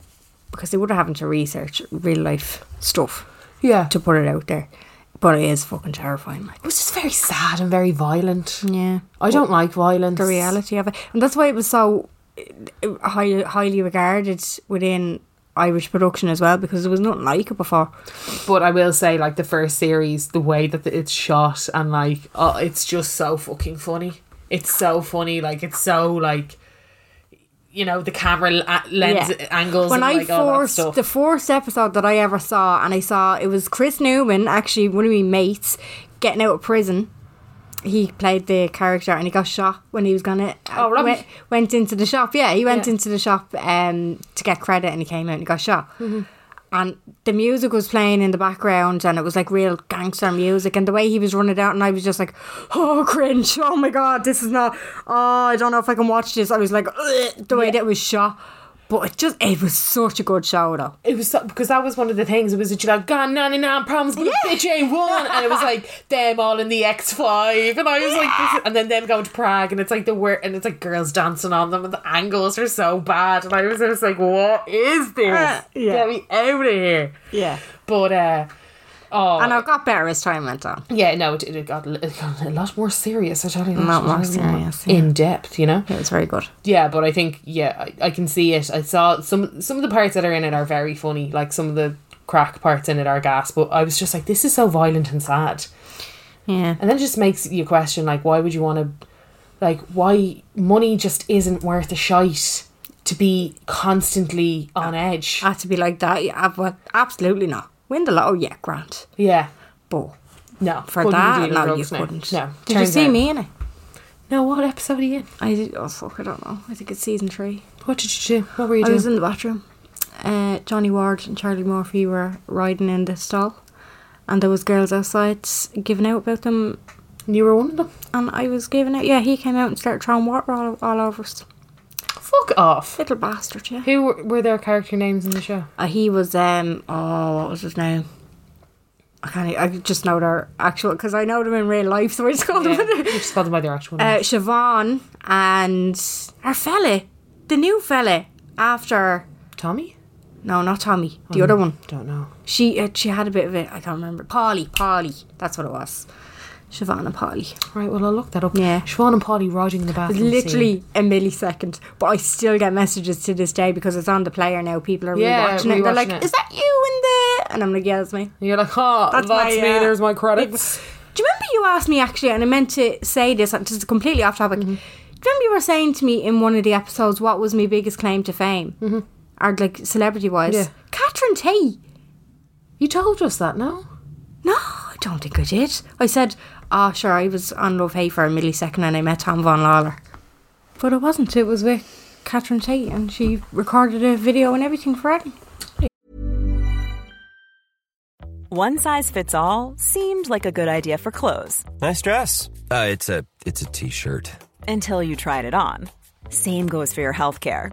Because they would have having to research real life stuff
yeah
to put it out there. But it is fucking terrifying, like
it was just very sad and very violent
Yeah.
I don't like violence
the reality of it, and that's why it was so uh, high, highly regarded within Irish production as well, because there was nothing like it before.
But I will say, like the first series, the way that it's shot and like, oh, it's just so fucking funny. It's so funny. Like it's so like, you know, the camera la- lens angles.
When
and,
I
like, all that
first
stuff.
the first episode that I ever saw, and I saw it was Chris Newman, actually one of my mates, getting out of prison. He played the character, and he got shot when he was gonna. uh,
Oh, Robbie.
went, went into the shop. Yeah, he went
Yeah.
into the shop um, to get credit, and he came out and he got shot.
Mm-hmm.
And the music was playing in the background, and it was like real gangster music. And the way he was running out, and I was just like, "Oh, cringe! Oh my god, this is not. Oh, I don't know if I can watch this." I was like, Ugh, "The way that it was shot." But it just it was such a good show though.
it was so, because that was one of the things. It was that you like got ninety nine problems, but a bitch ain't one. And it was like them all in the X Five, and I was like, this is, and then them going to Prague, and it's like the word, and it's like girls dancing on them, and the angles are so bad, and I was just like, what is this?
Uh, yeah.
Get me out of here.
Yeah.
But uh Oh.
and I got better as time went on.
Yeah, no, it, it, got, it got a lot more serious. I tell you, that.
lot more
It was
serious,
in depth. You know,
It was very good.
yeah, but I think yeah, I, I can see it. I saw some some of the parts that are in it are very funny. Like some of the crack parts in it are gas. But I was just like, this is so violent and sad.
Yeah.
And then it just makes you question like, why would you want to, like, why money just isn't worth a shite to be constantly on edge.
I had to be like that. Yeah, ab- well, absolutely not. Win the lotto, yeah, Grant.
Yeah,
But
no,
for
couldn't be
that,
dealing
no, you
drugs now.
couldn't.
No,
Did you
turns
see
out.
me in it?
No, what episode are you in?
I did, oh fuck, I don't know. I think it's season three.
What did you do? What were you
I
doing?
was in the bathroom. Uh, Johnny Ward and Charlie Murphy were riding in the stall, and there was girls outside giving out about them,
you were one of them.
and I was giving out. Yeah, he came out and started throwing water all, all over us.
Fuck off.
Little bastard, yeah.
Who were, were their character names in the show?
Uh, he was um oh what was his name? I can't. e- I just know their actual because I know them in real life, so I just called them.
you just called them by their actual name.
uh, Siobhan and our fella, the new fella after
Tommy?
no, not Tommy,
Oh,
the other one.
Don't know.
She uh, she had a bit of it. I can't remember. Polly, Polly, that's what it was. Siobhan and Polly.
Right, well, I'll look that up.
Yeah.
Siobhan and Polly riding in the bathroom. scene.
Literally a millisecond, but I still get messages to this day because it's on the player now. People are
Yeah,
rewatching it. They're
rewatching
like,
it.
"Is that you in the?" And I'm like, "Yeah, it's me."
And you're like, oh, that's,
my,
me,
uh,
there's my credits.
Do you remember you asked me actually, and I meant to say this, and this is completely off topic. Do you remember you were saying to me in one of the episodes what was my biggest claim to fame, mm-hmm. or like celebrity wise?
Yeah.
Catherine Tate.
You told us that, no?
No, I don't think I did. I said, "Oh, sure, I was on Love Hay for a millisecond, and I met Tom Von Lawler," but it wasn't. It was with Catherine Tate, and she recorded a video and everything for it.
One size fits all seemed like a good idea for clothes
Nice dress. Uh, it's a it's a t-shirt.
until you tried it on. Same goes for your healthcare.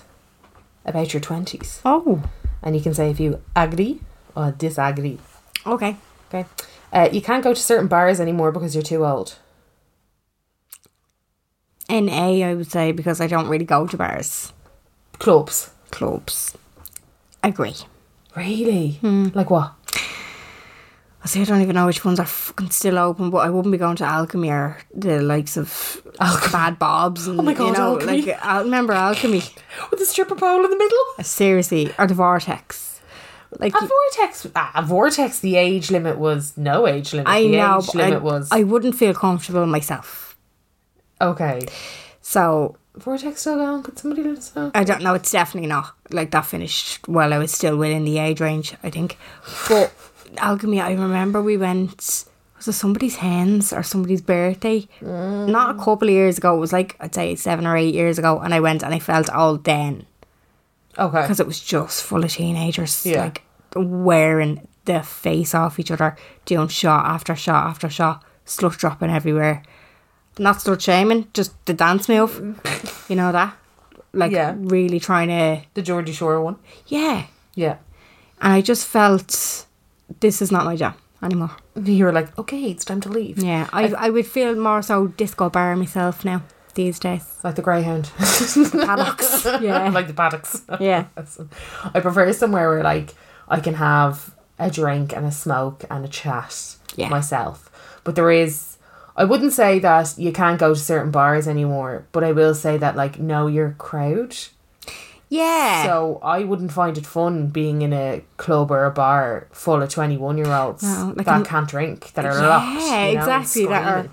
about your 20s.
Oh,
And you can say if you agree or disagree.
okay.
Okay. Uh, you can't go to certain bars anymore because you're too old.
In A, I would say because I don't really go to bars.
Clubs.
clubs. Agree.
Really?
Hmm.
Like what?
I say I don't even know which ones are fucking still open, but I wouldn't be going to Alchemy or the likes of Bad Bobs. And,
Oh my God,
you know,
Alchemy.
Like, I remember Alchemy
With a stripper pole in the middle?
seriously or the Vortex. Like
A vortex. Ah, a vortex. The age limit was no age limit.
I
the
know,
age
but I,
limit was
I wouldn't feel comfortable myself.
okay.
So
Vortex still going? Could somebody let us know?
I don't know. It's definitely not like that. Finished while I was still within the age range, I think. But alchemy, I remember we went. Was it somebody's hens or somebody's birthday? Not a couple of years ago. It was like I'd say seven or eight years ago, and I went and I felt old then
Okay.
because it was just full of teenagers,
Yeah.
like wearing the face off each other, doing shot after shot after shot, slut dropping everywhere. Not slut shaming, just the dance move. you know that, like
Yeah.
really trying to
the Geordie Shore one.
yeah.
Yeah.
And I just felt this is not my job anymore.
You were like, okay, it's time to leave.
Yeah, I, I would feel more so disco bar myself now these days.
Like the greyhound.
Paddocks. Yeah.
like the paddocks.
Yeah.
I prefer somewhere where like I can have a drink and a smoke and a chat
Yeah.
myself. But there is I wouldn't say that you can't go to certain bars anymore, but I will say that like know your crowd.
Yeah.
So I wouldn't find it fun being in a club or a bar full of twenty one year olds
No, like
that
a-
can't drink, that are
Yeah,
locked. you know, and
exactly, that are-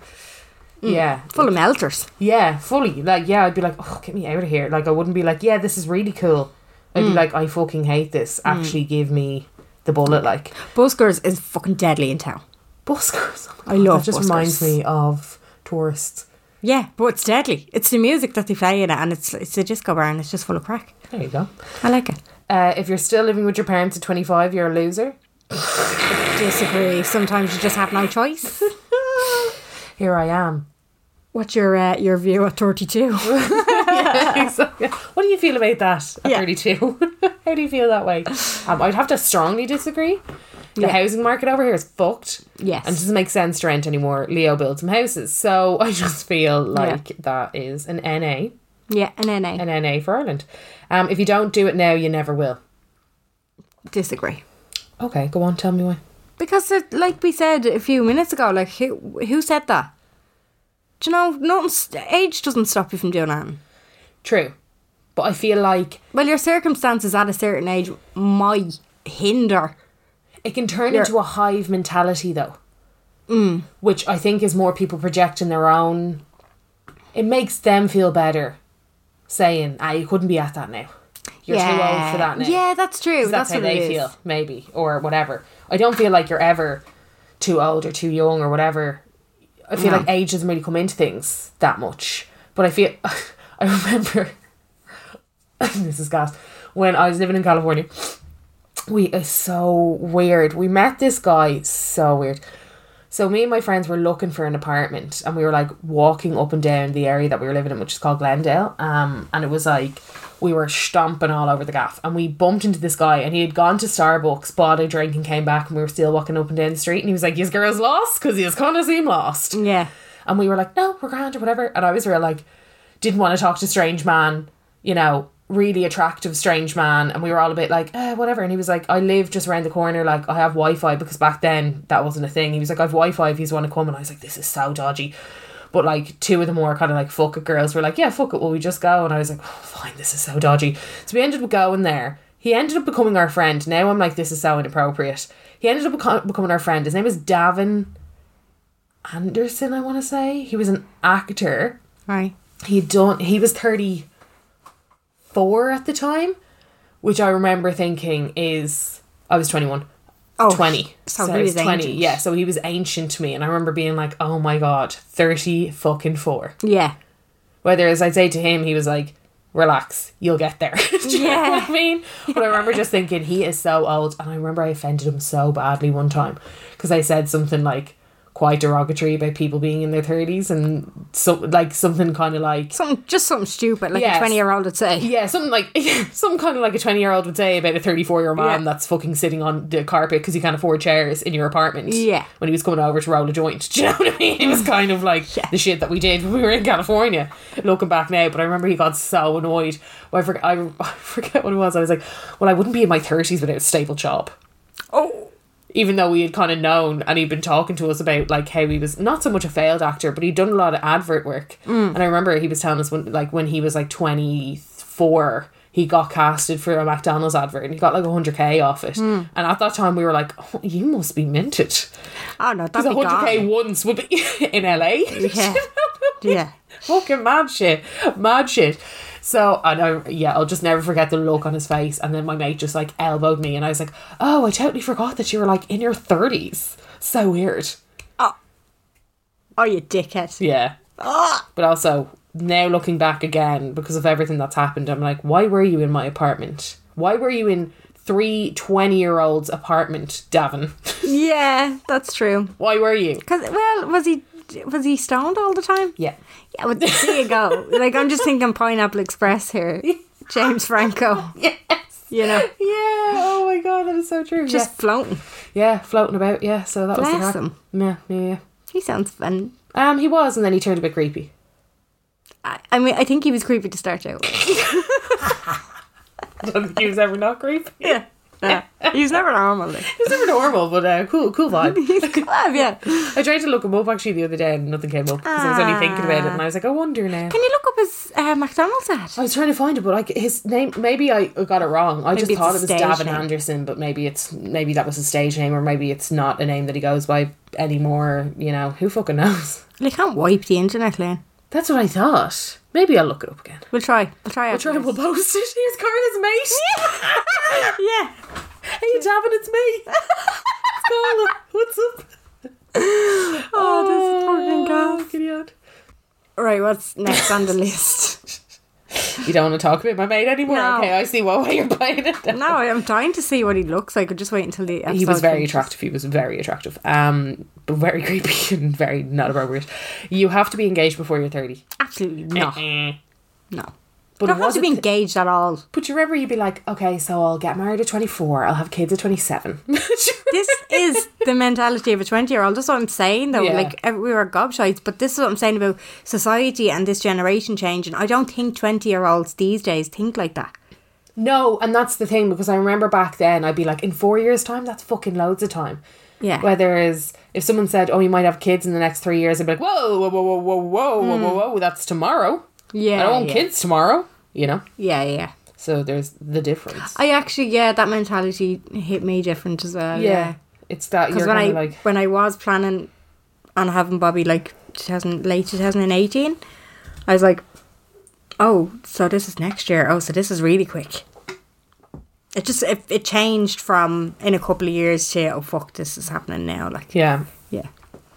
screaming. yeah,
full of melters.
yeah, fully. Like, yeah, I'd be like, oh, get me out of here. Like, I wouldn't be like, yeah, this is really cool. I'd be like, I fucking hate this. Actually, give me the bullet. Like,
Buskers is fucking deadly in town.
buskers. Oh my
I
God,
love
That just
buskers.
reminds me of tourists.
Yeah, but it's deadly. It's the music that they play in it, and it's it's a disco bar, and it's just full of crack.
There you go.
I like it.
Uh, if you're still living with your parents at 25, you're a loser.
Disagree. Sometimes you just have no choice.
Here I am.
What's your uh, your view at thirty two?
Exactly. what do you feel about that at
Yeah.
32? How do you feel that way? Um, I'd have to strongly disagree. The
Yeah.
housing market over here is fucked.
Yes.
And it doesn't make sense to rent anymore. Leo built some houses. So I just feel like that is an NA,
yeah, an NA.
an NA for Ireland. Um, if you don't do it now, you never will.
Disagree.
Okay, go on, tell me why.
Because, it, like we said a few minutes ago, like who who said that? Do you know? Nothing. st- Age doesn't stop you from doing that.
True. But I feel like
Well, your circumstances at a certain age might hinder.
it can turn
You're- Mm.
into a hive mentality though which i think is more people projecting their own it makes them feel better saying ah you couldn't be at that now you're too old for that now
Yeah, that's true.
'Cause
That's,
that's, how
what it
they
is.
feel maybe or whatever i don't feel like you're ever too old or too young or whatever i feel like age doesn't really come into things that much but i feel i remember this is gas when i was living in california we are so weird. We met this guy so weird. So me and my friends were looking for an apartment and we were like walking up and down the area that we were living in, which is called Glendale. Um and it was like we were stomping all over the gaff and we bumped into this guy and he had gone to Starbucks, bought a drink and came back and we were still walking up and down the street and he was like, Yes girl's lost because he has kinda seemed lost.
Yeah.
And we were like, no, we're grand or whatever. And I was real like, didn't want to talk to strange man, you know, really attractive strange man. And we were all a bit like, eh, whatever. And he was like, I live just around the corner. Like, I have Wi Fi because back then that wasn't a thing. He was like, I have Wi Fi if you want to come. And I was like, this is so dodgy. But like two of the more kind of like fuck it girls were like, yeah, fuck it, will we just go? And I was like, oh, fine, this is so dodgy. So we ended up going there. He ended up becoming our friend. Now I'm like, this is so inappropriate. He ended up beco- becoming our friend. His name is Davin Anderson, I want to say. He was an actor.
Right.
He done he was 34 at the time, which I remember thinking is I was 21.
Oh,
20.
So, he was 20. Ancient.
Yeah, so he was ancient to me and I remember being like, "Oh my god, 30 fucking 4."
Yeah.
Whether as I say to him, he was like, "Relax, you'll get there." Do you know what I mean? But I remember just thinking he is so old, and I remember I offended him so badly one time because I said something like quite derogatory about people being in their thirties, and so like something kind of like
Something, just something stupid, like
Yes.
a 20 year old would say.
yeah, something like some kind of like a twenty year old would say about a thirty four year old man
Yeah.
that's fucking sitting on the carpet because he can't afford chairs in your apartment.
Yeah. Mm.
when he was coming over to roll a joint. Do you know what I mean? It was kind of like the shit that we did when we were in California. Looking back now, but I remember he got so annoyed. I forget, I, I forget what it was. I was like, well, I wouldn't be in my thirties without a stable job
Oh.
even though we had kind of known and he'd been talking to us about like how he was not so much a failed actor but he'd done a lot of advert work
Mm.
and i remember he was telling us when like when he was like 24 he got casted for a mcdonald's advert and he got like 100k off it
Mm.
and at that time we were like oh, you must be minted
Oh, no, that'd
because
be
100k
gone.
once would be in la
Yeah. yeah.
fucking mad shit, mad shit. So and I yeah, I'll just never forget the look on his face. And then my mate just like elbowed me, and I was like, "Oh, I totally forgot that you were like in your thirties. So weird."
Oh, you dickhead.
Yeah.
Ah.
But also now looking back again because of everything that's happened, I'm like, why were you in my apartment? Why were you in three 20 year olds apartment, Davin?
Yeah, that's true.
why were you?
Cause well, was he was he stoned all the time?
Yeah.
Yeah, but there you go. like I'm just thinking Pineapple Express here. James Franco. Yes. You know,
Yeah. Oh my god, that is so true.
just
yeah.
floating.
yeah, floating about. Yeah. So that was the
Bless
crack.
him.
Yeah. Yeah. Yeah.
He sounds fun.
Um, he was, and then he turned a bit creepy.
I, I mean, I think he was creepy to start out. with.
I don't think he was ever not creepy. He
yeah. Yeah. He was never normal. Like.
was never normal, but uh, cool, cool vibe.
Ah, yeah.
Ah. I tried to look him up actually the other day, and nothing came up because I was only thinking about it, and I was like, I wonder now.
Can you look up was uh, McDonald's at?
I was trying to find it, but like his name, maybe I got it wrong. I
Maybe
just
it's
thought
a
it was
stage
Davin
name.
Anderson, but maybe it's maybe that was his stage name, or maybe it's not a name that he goes by anymore. You know, who fucking knows?
They can't wipe the internet, Lynn.
That's what I thought. Maybe I'll look it up again.
We'll try. We'll try.
I'll try and
afterwards.
we'll post it. Here's Carla's mate.
Yeah.
hey, Davin, it's me. It's Carla. What's up?
Oh, this is fucking
Fucking hell.
gaff. Right, what's next on the list?
You don't want to talk about my mate anymore.
No.
Okay, I see why why you're playing it. now.
No, I'm dying to see what he looks like. I'll just wait until the episode
he was very
finishes.
attractive. He was very attractive. Um, but very creepy and very not appropriate. You have to be engaged before you're thirty.
Absolutely not. No.
Eh, But
But
it
don't have to
wasn't
be
th-
engaged at all.
But you remember, you'd be like, okay, so I'll get married at twenty four. I'll have kids at twenty seven.
This is the mentality of a 20 year old. That's what I'm saying, though.
Yeah.
Like, ev- we were gobshites, but this is what I'm saying about society and this generation changing. I don't think 20 year olds these days think like that.
no, and that's the thing because I remember back then, I'd be like, in four years' time, that's fucking loads of time.
Yeah.
Whether is if someone said, oh, you might have kids in the next three years, I'd be like, whoa, whoa, whoa, whoa, whoa, whoa, whoa, whoa, whoa, that's tomorrow.
Mm. Yeah.
I don't want
yeah.
kids tomorrow. You know.
Yeah, yeah.
So there's the difference.
I actually, yeah, that mentality hit me different as well. Yeah.
It's that
Because
you're
when I
kind of like
when I was planning on having Bobby like 2000, late 2018, I was like, oh, so this is next year. Oh, so this is really quick. It just it, it changed from in a couple of years to oh fuck this is happening now like
Yeah.
yeah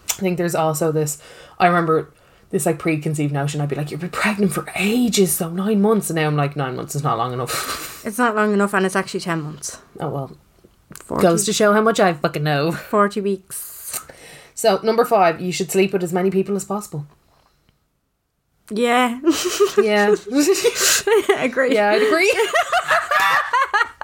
I think there's also this I remember this like preconceived notion I'd be like, You've been pregnant for ages, so nine months and now I'm like nine months is not long enough.
it's not long enough and it's actually ten months
oh well.
40,
Goes to show how much I fucking know.
forty weeks
So number five, you should sleep with as many people as possible.
yeah
Yeah.
agree
yeah, I'd agree.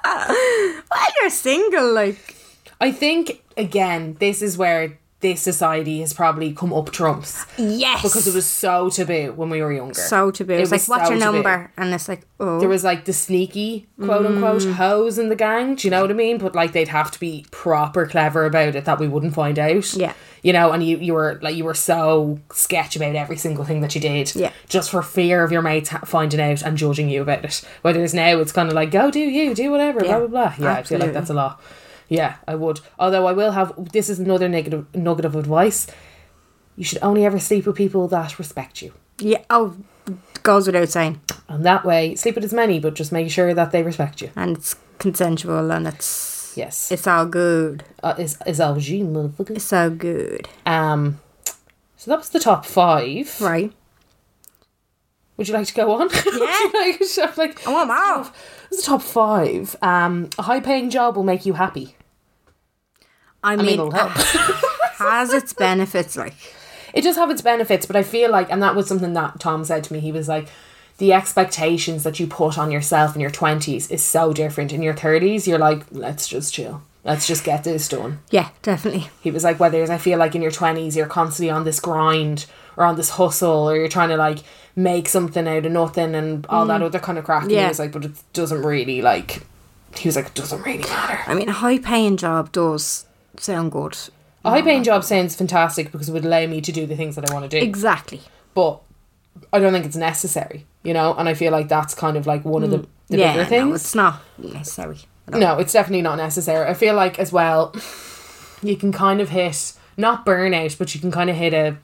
well you're single like
I think again, this is where this society has probably come up trumps.
yes
Because it was so taboo when we were younger.
so taboo
It
it's like
was
what's
so
your
taboo.
number and it's like oh
There was like the sneaky quote unquote
Mm.
hoes in the gang. Do you know what I mean? But like they'd have to be proper clever about it that we wouldn't find out.
Yeah.
You know, and you, you were like you were so sketch about every single thing that you did.
Yeah.
Just for fear of your mates ha- finding out and judging you about it. Whereas now it's kind of like go do you do whatever
Yeah.
blah blah blah. Yeah, I feel
Absolutely.
like that's a lot. Yeah, I would. Although I will have this is another negative nugget of advice. You should only ever sleep with people that respect you.
yeah oh goes without saying
And that way, sleep with as many, but just make sure that they respect you.
and it's consensual and it's
Yes.
it's all good.
uh, is is Algene, motherfucker.
It's all good,
Um, so that was the top five.
right?
Would you like to go on? Yeah. like, I'm like,
I want more.
It was the top five. Um, a high paying job will make you happy.
I
I mean,
mean, uh,
it'll help.
has its benefits. Like,
it does have its benefits, but I feel like, and that was something that Tom said to me. He was like, the expectations that you put on yourself in your twenties is so different. In your thirties, you're like, let's just chill. Let's just get this done.
yeah, definitely.
He was like, whether it's, I feel like in your 20s, you're constantly on this grind or on this hustle or you're trying to like make something out of nothing and all that other kind of crap. And
Mm. Yeah.
He was like, but it doesn't really like, he was like, it doesn't really matter.
I mean, a high-paying job does sound good.
A
Mm.
high paying job sounds fantastic because it would allow me to do the things that I want to do,
Exactly.
but I don't think it's necessary, you know? And I feel like that's kind of like one of the, the
Mm. yeah,
bigger
no,
things.
it's not necessary.
No, it's definitely not necessary. I feel like as well, you can kind of hit, not burnout, but you can kind of hit a,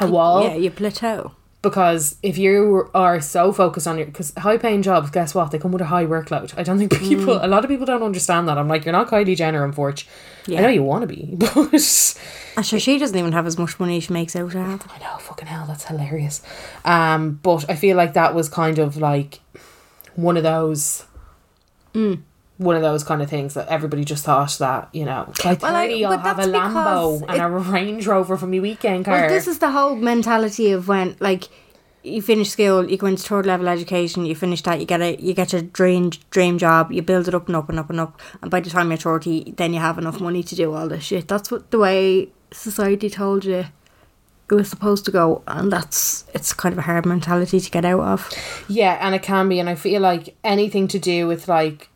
a wall.
Yeah, you plateau.
because if you are so focused on your because high paying jobs guess what they come with a high workload i don't think people
Mm.
a lot of people don't understand that i'm like you're not kylie jenner unfortunately i know you want to be but i
And sure, she doesn't even have as much money as she makes out of.
know fucking hell that's hilarious um but i feel like that was kind of like one of those
Mm.
One of those kind of things that everybody just thought that you know, like
Well, I-
thirty, I'll
but
have a
that's
Lambo
because
and a Range Rover for my weekend car.
Well, this is the whole mentality of when, like, you finish school, you go into third level education, you finish that, you get a, you get your dream dream job, you build it up and up and up and up, and by the time you're thirty, then you have enough money to do all this shit. That's what the way society told you it was supposed to go, and that's it's kind of a hard mentality to get out of.
Yeah, and it can be, and I feel like anything to do with like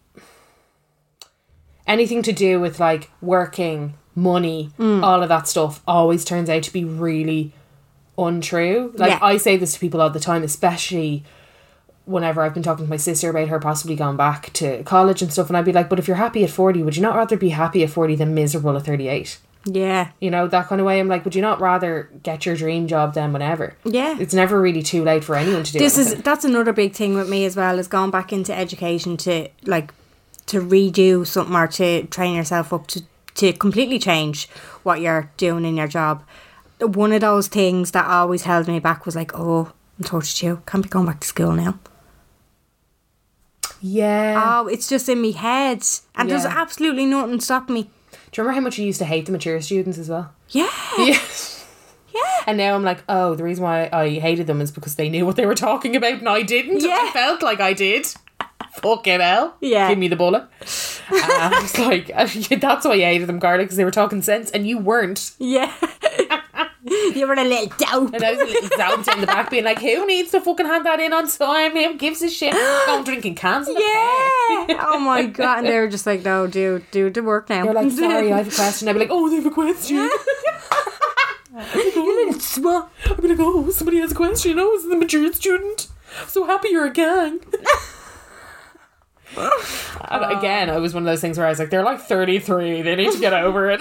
anything to do with
Mm.
like working, money, all of that stuff always turns out to be really untrue. Like
Yeah.
I say this to people all the time, especially whenever I've been talking to my sister about her possibly going back to college and stuff, and I'd be like, But if you're happy at forty, would you not rather be happy at forty than miserable at thirty eight?
Yeah.
You know, that kind of way. I'm like, would you not rather get your dream job then whenever?
Yeah.
It's never really too late for anyone to do
This is
anything.
that's another big thing with me as well is going back into education to like to redo something or to train yourself up to to completely change what you're doing in your job. One of those things that always held me back was like, oh, I'm 32, can't be going back to school now.
Yeah.
Oh, it's just in me head, and there's
Yeah.
absolutely nothing stopping me.
Do you remember how much you used to hate the mature students as well?
Yeah,
Yes. Yeah. And now I'm like, oh, the reason why I hated them is because they knew what they were talking about and I didn't. And I
Yeah.
felt like I did. Fucking hell.
Yeah.
Give me the bullet. Uh, I was like, that's why I hated them, Carla, because they were talking sense and you weren't.
yeah. you were a little dope.
And I was a little doubt in the back being like, who needs to fucking hand that in on time? Who gives a shit? I'm drinking cans in the pub.
Yeah. Oh my god! And they were just like, "No, do do the work now."
They're like, sorry, I have a question. I'd be like, oh, they have a question.
Swat.
I'd be like, oh, somebody has a question. Oh, it's the mature student. So happy you're a gang. And again, it was one of those things where I was like, they're like 33. They need to get over it.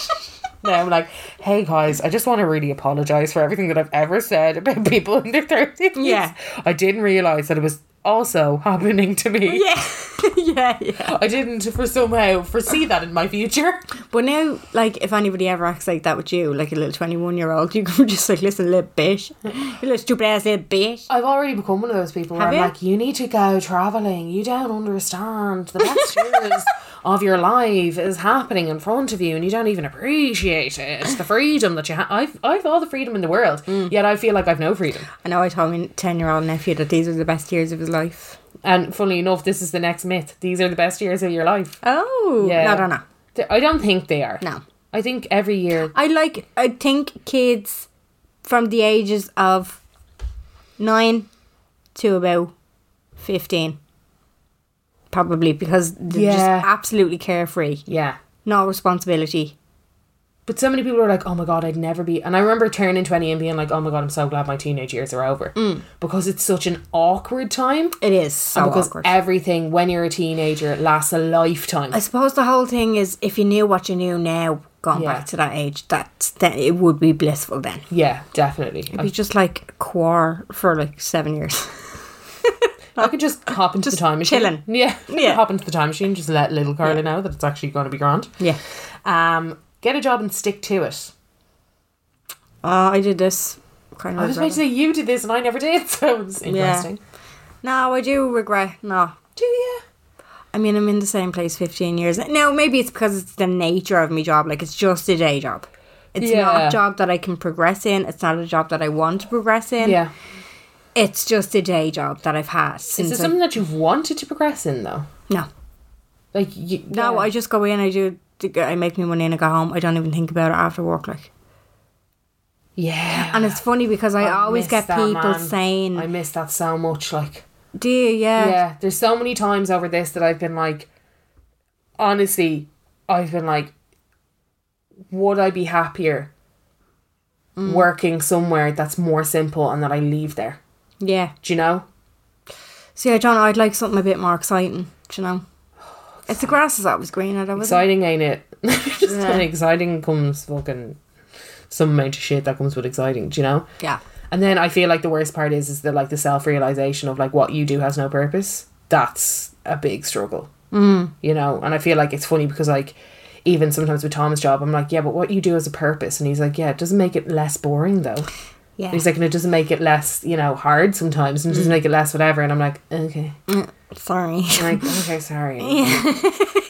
now I'm like, hey guys, I just want to really apologize for everything that I've ever said about people in their 30s.
Yeah.
I didn't realize that it was also happening to me.
Yeah, yeah, yeah.
I didn't for somehow foresee that in my future.
But now, like, if anybody ever acts like that with you, like a little twenty-one-year-old, you can just like, "Listen, little bitch, you little stupid-ass little bitch."
I've already become one of those people where
Have
I'm
you?
like, you need to go traveling. You don't understand. The best years of your life is happening in front of you, and you don't even appreciate it. It's the freedom that you have. I've, I've all the freedom in the world,
Mm.
yet I feel like I've no freedom.
I know. I told my ten-year-old nephew that these were the best years of his life.
And funnily enough, this is the next myth. These are the best years of your life.
Oh,
Yeah.
no, no, no.
Th- I don't think they are.
No.
I think every year.
I like. I think kids from the ages of nine to about fifteen, probably because they're
Yeah.
just absolutely carefree,
Yeah.
no responsibility.
But so many people are like, oh my God, I'd never be. And I remember turning 20 and being like, oh my God, I'm so glad my teenage years are over.
Mm.
Because it's such an awkward time.
It is so
because
awkward.
everything when you're a teenager lasts a lifetime.
I suppose the whole thing is if you knew what you knew now, going
Yeah.
back to that age, that that it would be blissful then.
yeah, definitely.
It'd
I,
be just like quar for like seven years.
I could just hop into
Just
the time machine.
chilling.
Yeah,
Yeah.
hop into the time machine. Just let little Carla know that it's actually going to be grand.
yeah.
Um, get a job and stick to it.
Oh, I did this. Kind of
I was about to say you did this and I never did, so it's interesting.
No, I do regret. No.
Do you?
I mean, I'm in the same place 15 years. Now, maybe it's because it's the nature of my job. Like, it's just a day job. It's not
Yeah.
a job that I can progress in. It's not a job that I want to progress in.
Yeah.
It's just a day job that I've had
Is
since.
it
I-
something that you've wanted to progress in though?
no.
Like you,
No,
yeah.
I just go in, I do, I make my money and I go home. I don't even think about it after work. Like,
yeah.
And it's funny because I, always
miss
get
that,
people
man.
saying,
I miss that so much. Like
Do you? Yeah.
Yeah, there's so many times over this that I've been like, honestly, I've been like, would I be happier
Mm.
working somewhere that's more simple and that I leave there?
Yeah.
Do you know?
See, I don't know. I'd like something a bit more exciting, do you know? It's the grass is always greener, though, isn't it?
Exciting, ain't it? Just kinda exciting comes fucking some amount of shit that comes with exciting. Do you know?
Yeah.
And then I feel like the worst part is is that like the self realization of like what you do has no purpose. That's a big struggle. Mm. You know, and I feel like it's funny because like even sometimes with Tom's job, I'm like, yeah, but what you do has a purpose, and he's like, yeah, it doesn't make it less boring though.
Yeah.
He's like, and it doesn't make it less, you know, hard sometimes, and it doesn't make it less whatever. And I'm like, okay,
Sorry.
I'm like, okay, sorry. yeah.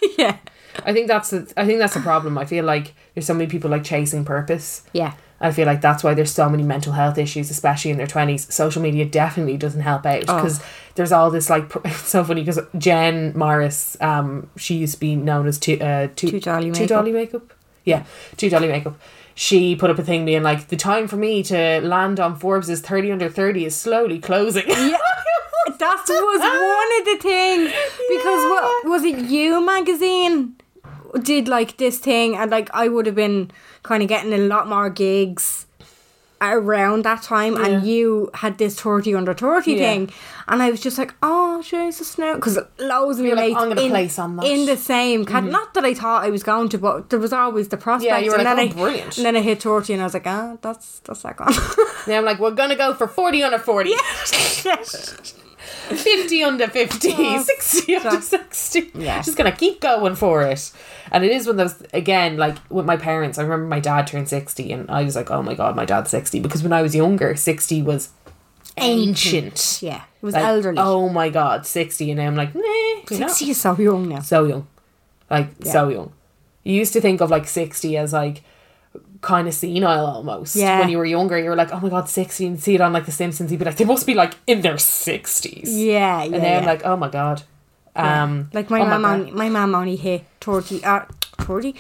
I think that's the I think that's the problem. I feel like there's so many people like chasing purpose.
Yeah.
I feel like that's why there's so many mental health issues, especially in their 20s. Social media definitely doesn't help out because there's all this like, pr- it's so funny because Jen Morris, um, she used to be known as Two, uh, two,
Two Dolly
Two
Makeup.
Dolly Makeup. Yeah, Two Dolly Makeup. She put up a thing being like, the time for me to land on Forbes is 30 under 30 is slowly closing. Yeah.
That was one of the things because what was it? You magazine did like this thing, and like I would have been kind of getting a lot more gigs around that time and you had this 30 under 30
Yeah.
thing and I was just like oh Jesus now because loads of
You're
your
like,
mates
"I'm gonna
in,
place on that."
in the same cat not that I thought I was going to but there was always the prospect
Mm-hmm. were
and
like,
then
"Oh,
I,
brilliant."
and then I hit 30 and I was like ah that's that's that gone
Now I'm like, we're gonna go for 40 under 40, 50 under 50, 60 under 60.
Oh, Yeah.
Just gonna keep going for it. And it is one of those, again, like with my parents, I remember my dad turned 60 and I was like, oh my god, my dad's 60. Because when I was younger, 60 was ancient.
yeah it was
Like,
elderly
Oh my god, 60. And now I'm like, nah, you know,
60 is so young now
so young. Like, so young. You used to think of like 60 as like, kind of senile almost.
Yeah.
When you were younger, you were like, oh my god, 60 and see it on like The Simpsons. You'd be like, they must be like in their 60s.
yeah yeah
And then
yeah.
like, oh my god. Um,
Like my
oh
mum,
God.
on, my mum only hit 30, uh, 30,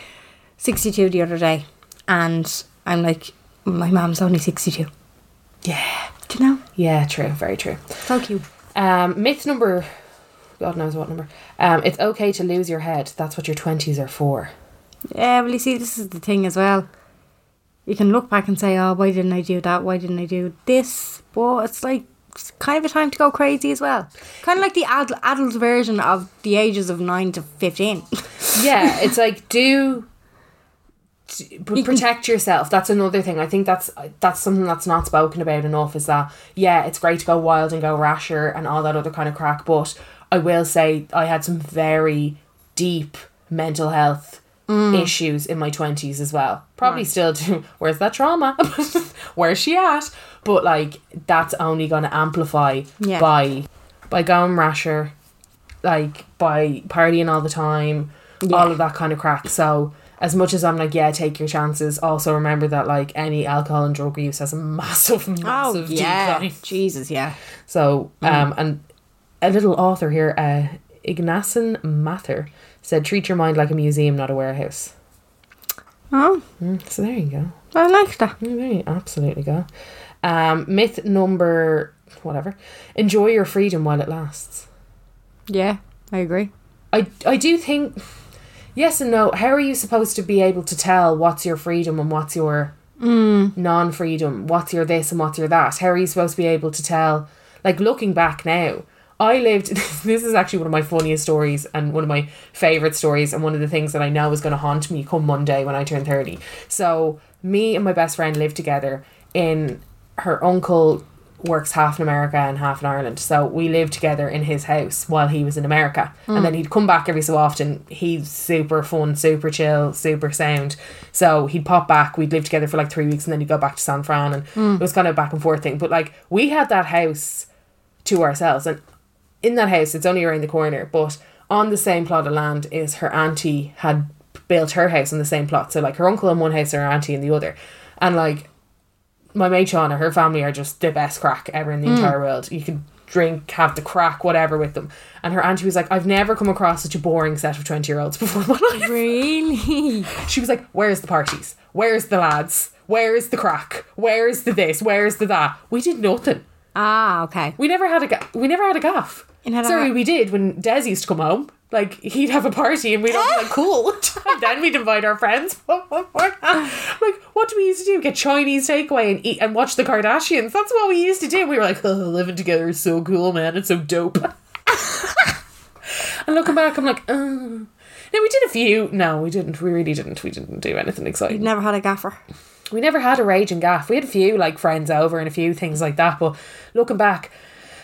62 the other day, and I'm like, my mum's only sixty two.
Yeah.
Do you know?
Yeah, true. Very true.
So cute.
Um, myth number, God knows what number. Um, it's okay to lose your head. That's what your 20s are for.
Yeah, well, you see, this is the thing as well. You can look back and say, oh, why didn't I do that? Why didn't I do this? But it's like it's kind of a time to go crazy as well. Kind of like the ad- adult version of the ages of nine to fifteen.
yeah, it's like do, d- but protect yourself. That's another thing. I think that's that's something that's not spoken about enough. Is that yeah, it's great to go wild and go rasher and all that other kind of crack. But I will say I had some very deep mental health issues in my twenties as well. Probably still do. Where's that trauma? Where's she at? But like that's only going to amplify
Yeah.
by by going rasher like by partying all the time, all of that kind of crack. So as much as I'm like, yeah, take your chances, also remember that like any alcohol and drug use has a massive, massive decline.
Oh, Jesus, yeah.
So um and a little author here, uh Ignacin Mather said, Treat your mind like a museum, not a warehouse.
Oh,
So there you go.
I like that.
Yeah, There you absolutely go. Um myth number whatever. Enjoy your freedom while it lasts.
Yeah, I agree.
I I do think yes and no. How are you supposed to be able to tell what's your freedom and what's your non freedom? What's your this and what's your that? How are you supposed to be able to tell? Like looking back now, I lived. This is actually one of my funniest stories and one of my favorite stories and one of the things that I know is going to haunt me come Monday when I turn thirty. So me and my best friend lived together in her uncle works half in America and half in Ireland. So we lived together in his house while he was in America. And then he'd come back every so often. He's super fun, super chill, super sound. So he'd pop back. We'd live together for like three weeks and then he'd go back to San Fran. And it was kind of a back and forth thing. But like we had that house to ourselves. And in that house, it's only around the corner, but on the same plot of land is her auntie had built her house on the same plot. So like her uncle in one house and her auntie in the other. And like my mate Shauna, her family are just the best crack ever in the entire world. You could drink, have the crack, whatever with them. And her auntie was like, I've never come across such a boring set of 20 year olds before in my life.
Really?
She was like, Where's the parties? Where's the lads? Where's the crack? Where's the this? Where's the that? We did nothing.
ah, okay.
We never had a ga- we never had a gaff.
And had a
Sorry,
ha-
we did when Des used to come home. Like he'd have a party and we'd all be like, "Cool." and then we'd invite our friends. like, what do we used to do? Get Chinese takeaway and eat and watch the Kardashians. That's what we used to do. We were like, "Oh, living together is so cool, man. It's so dope." and looking back, I'm like, "Oh." No, we did a few. No, we didn't. We really didn't. We didn't do anything exciting
Never had a gaffer.
we never had a raging gaff. We had a few like friends over and a few things like that. But looking back,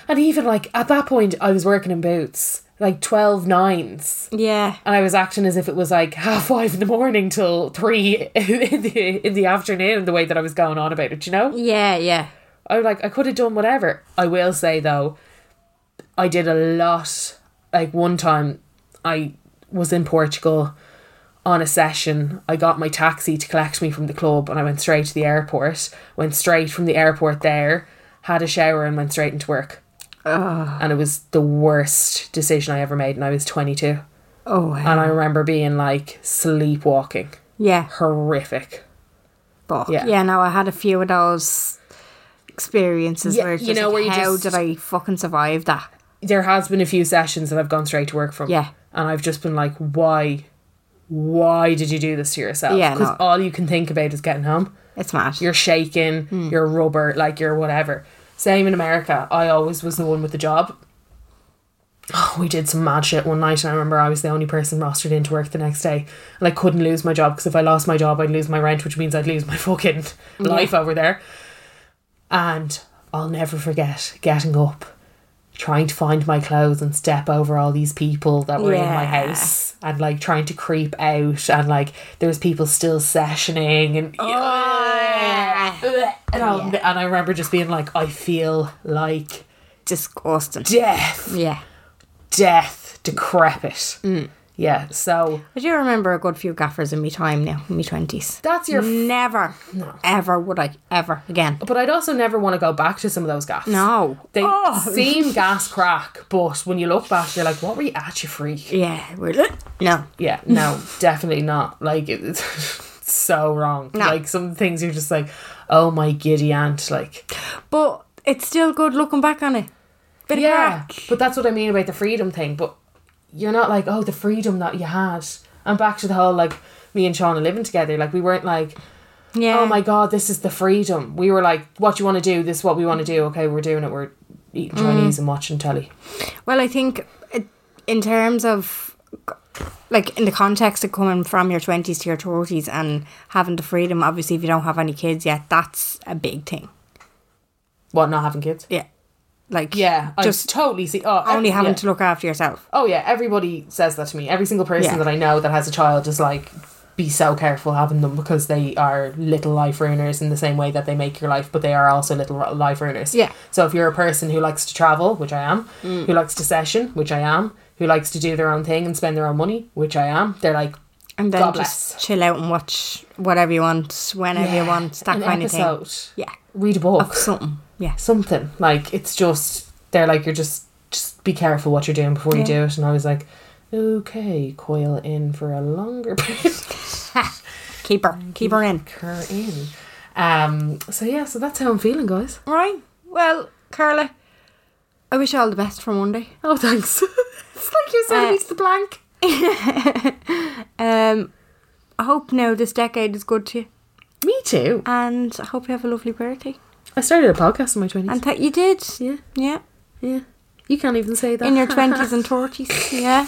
and even like at that point, I was working in boots, like 12 nines.
Yeah.
And I was acting as if it was like half five in the morning till three in the, in the afternoon, the way that I was going on about it, you know?
Yeah, yeah.
I was like, I could have done whatever. I will say though, I did a lot. Like one time, I was in Portugal on a session. I got my taxi to collect me from the club, and I went straight to the airport. Went straight from the airport there, had a shower, and went straight into work. And it was the worst decision I ever made, and I was twenty two.
Oh, wow.
And I remember being like sleepwalking,
yeah.
horrific.
But
Yeah.
yeah. no, I had a few of those experiences
Yeah,
where it's
you
just
know,
like,
where you
how
just-
did I fucking survive that?
there has been a few sessions that I've gone straight to work from.
Yeah.
And I've just been like, why? Why did you do this to yourself?
Yeah,
Because
no.
all you can think about is getting home.
It's mad.
You're shaking,
Hmm.
you're rubber, like you're whatever. Same in America. I always was the one with the job. Oh, we did some mad shit one night, and I remember I was the only person rostered into work the next day, and I couldn't lose my job because if I lost my job, I'd lose my rent, which means I'd lose my fucking life over there. And I'll never forget getting up, trying to find my clothes and step over all these people that were in my
Yeah.
house, and like trying to creep out, and like there was people still sessioning, and
Oh,
and, I'll- and I remember just being like, I feel like
Disgusting.
death,
Yeah.
death, decrepit.
Mm.
Yeah, so
I do remember a good few gaffers in my time now, in my 20s.
that's your.
Mm.
F-
Never, ever would I ever again.
but I'd also never want to go back to some of those gaffes.
No.
They
Oh.
seem gas crack, but when you look back, you're like, what were you at, you freak?
Yeah, we're no.
Yeah, no, definitely not. Like, it- it's so wrong. Like, some things you're just like, oh my giddy aunt. Like,
But it's still good looking back on it. Bit
yeah,
of crack.
but that's what I mean about the freedom thing. But you're not like, oh, the freedom that you had. And back to the whole like me and Shauna living together. Like we weren't like,
Yeah.
oh my god, this is the freedom. We were like, what you want to do? This is what we want to do. Okay, we're doing it. We're eating Chinese and watching telly.
Well, I think it, in terms of like in the context of coming from your 20s to your 30s and having the freedom, obviously, if you don't have any kids yet, that's a big thing.
What not having kids?
Yeah. Like,
Yeah, I
just
totally see. Oh,
only
ev-
having
yeah.
to look after yourself.
Oh yeah, everybody says that to me. Every single person
Yeah.
that I know that has a child is like, be so careful having them because they are little life ruiners in the same way that they make your life, but they are also little ri- life ruiners.
Yeah. Mm.
So if you're a person who likes to travel, which I am, who likes to session, which I am, who likes to do their own thing and spend their own money, which I am, they're like,
And then
God
just
bless.
chill out and watch whatever you want, whenever you want, that
an
kind
episode.
of thing. Yeah.
Read a book.
Of something. Yeah.
something. Like it's just they're like you're just just be careful what you're doing before you do it. And I was like, okay, coil in for a longer period.
Keep her. Keep her in.
her in. Um. So yeah. So that's how I'm feeling, guys.
Right. Well, Carla, I wish you all the best for Monday.
Oh, thanks. it's like you're so
Uh,
me to the blank.
Um, I hope now this decade is good to you,
Me too.
and I hope you have a lovely birthday.
I started a podcast in my twenties.
And that you did.
Yeah.
Yeah.
Yeah. You can't even say that
In your twenties and thirties. Yeah.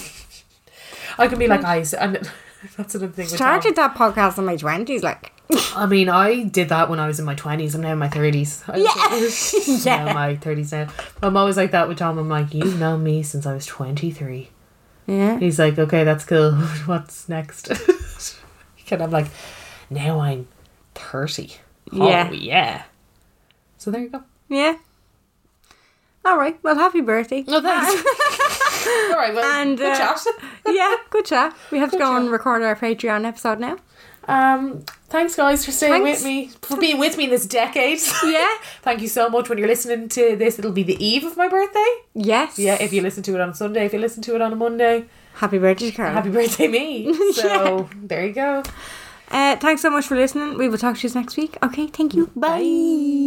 I can be like, I. s- And that's another thing. with Tom.
Started that podcast in my twenties, like.
I mean, I did that when I was in my twenties. I'm now in my thirties. Yeah, yeah. my thirties now. I'm always like that with Tom. I'm like, you've known me since I was 23.
Yeah.
He's like, okay, that's cool. What's next? and I'm like, now I'm 30.
Yeah.
Oh yeah. So there you go.
Yeah. All right. Well, happy birthday.
No thanks. All right. Well,
And,
good
uh,
chat.
yeah. Good chat. We have to go and record our Patreon episode now.
Um, thanks guys for staying
Thanks.
with me for being with me in this decade.
Yeah.
Thank you so much. When you're listening to this, it'll be the eve of my birthday.
Yes.
Yeah, if you listen to it on Sunday, if you listen to it on a Monday,
Happy birthday, Carla.
happy birthday me. So there you go.
Uh, thanks so much for listening. We will talk to you next week. Okay. Thank you. Bye.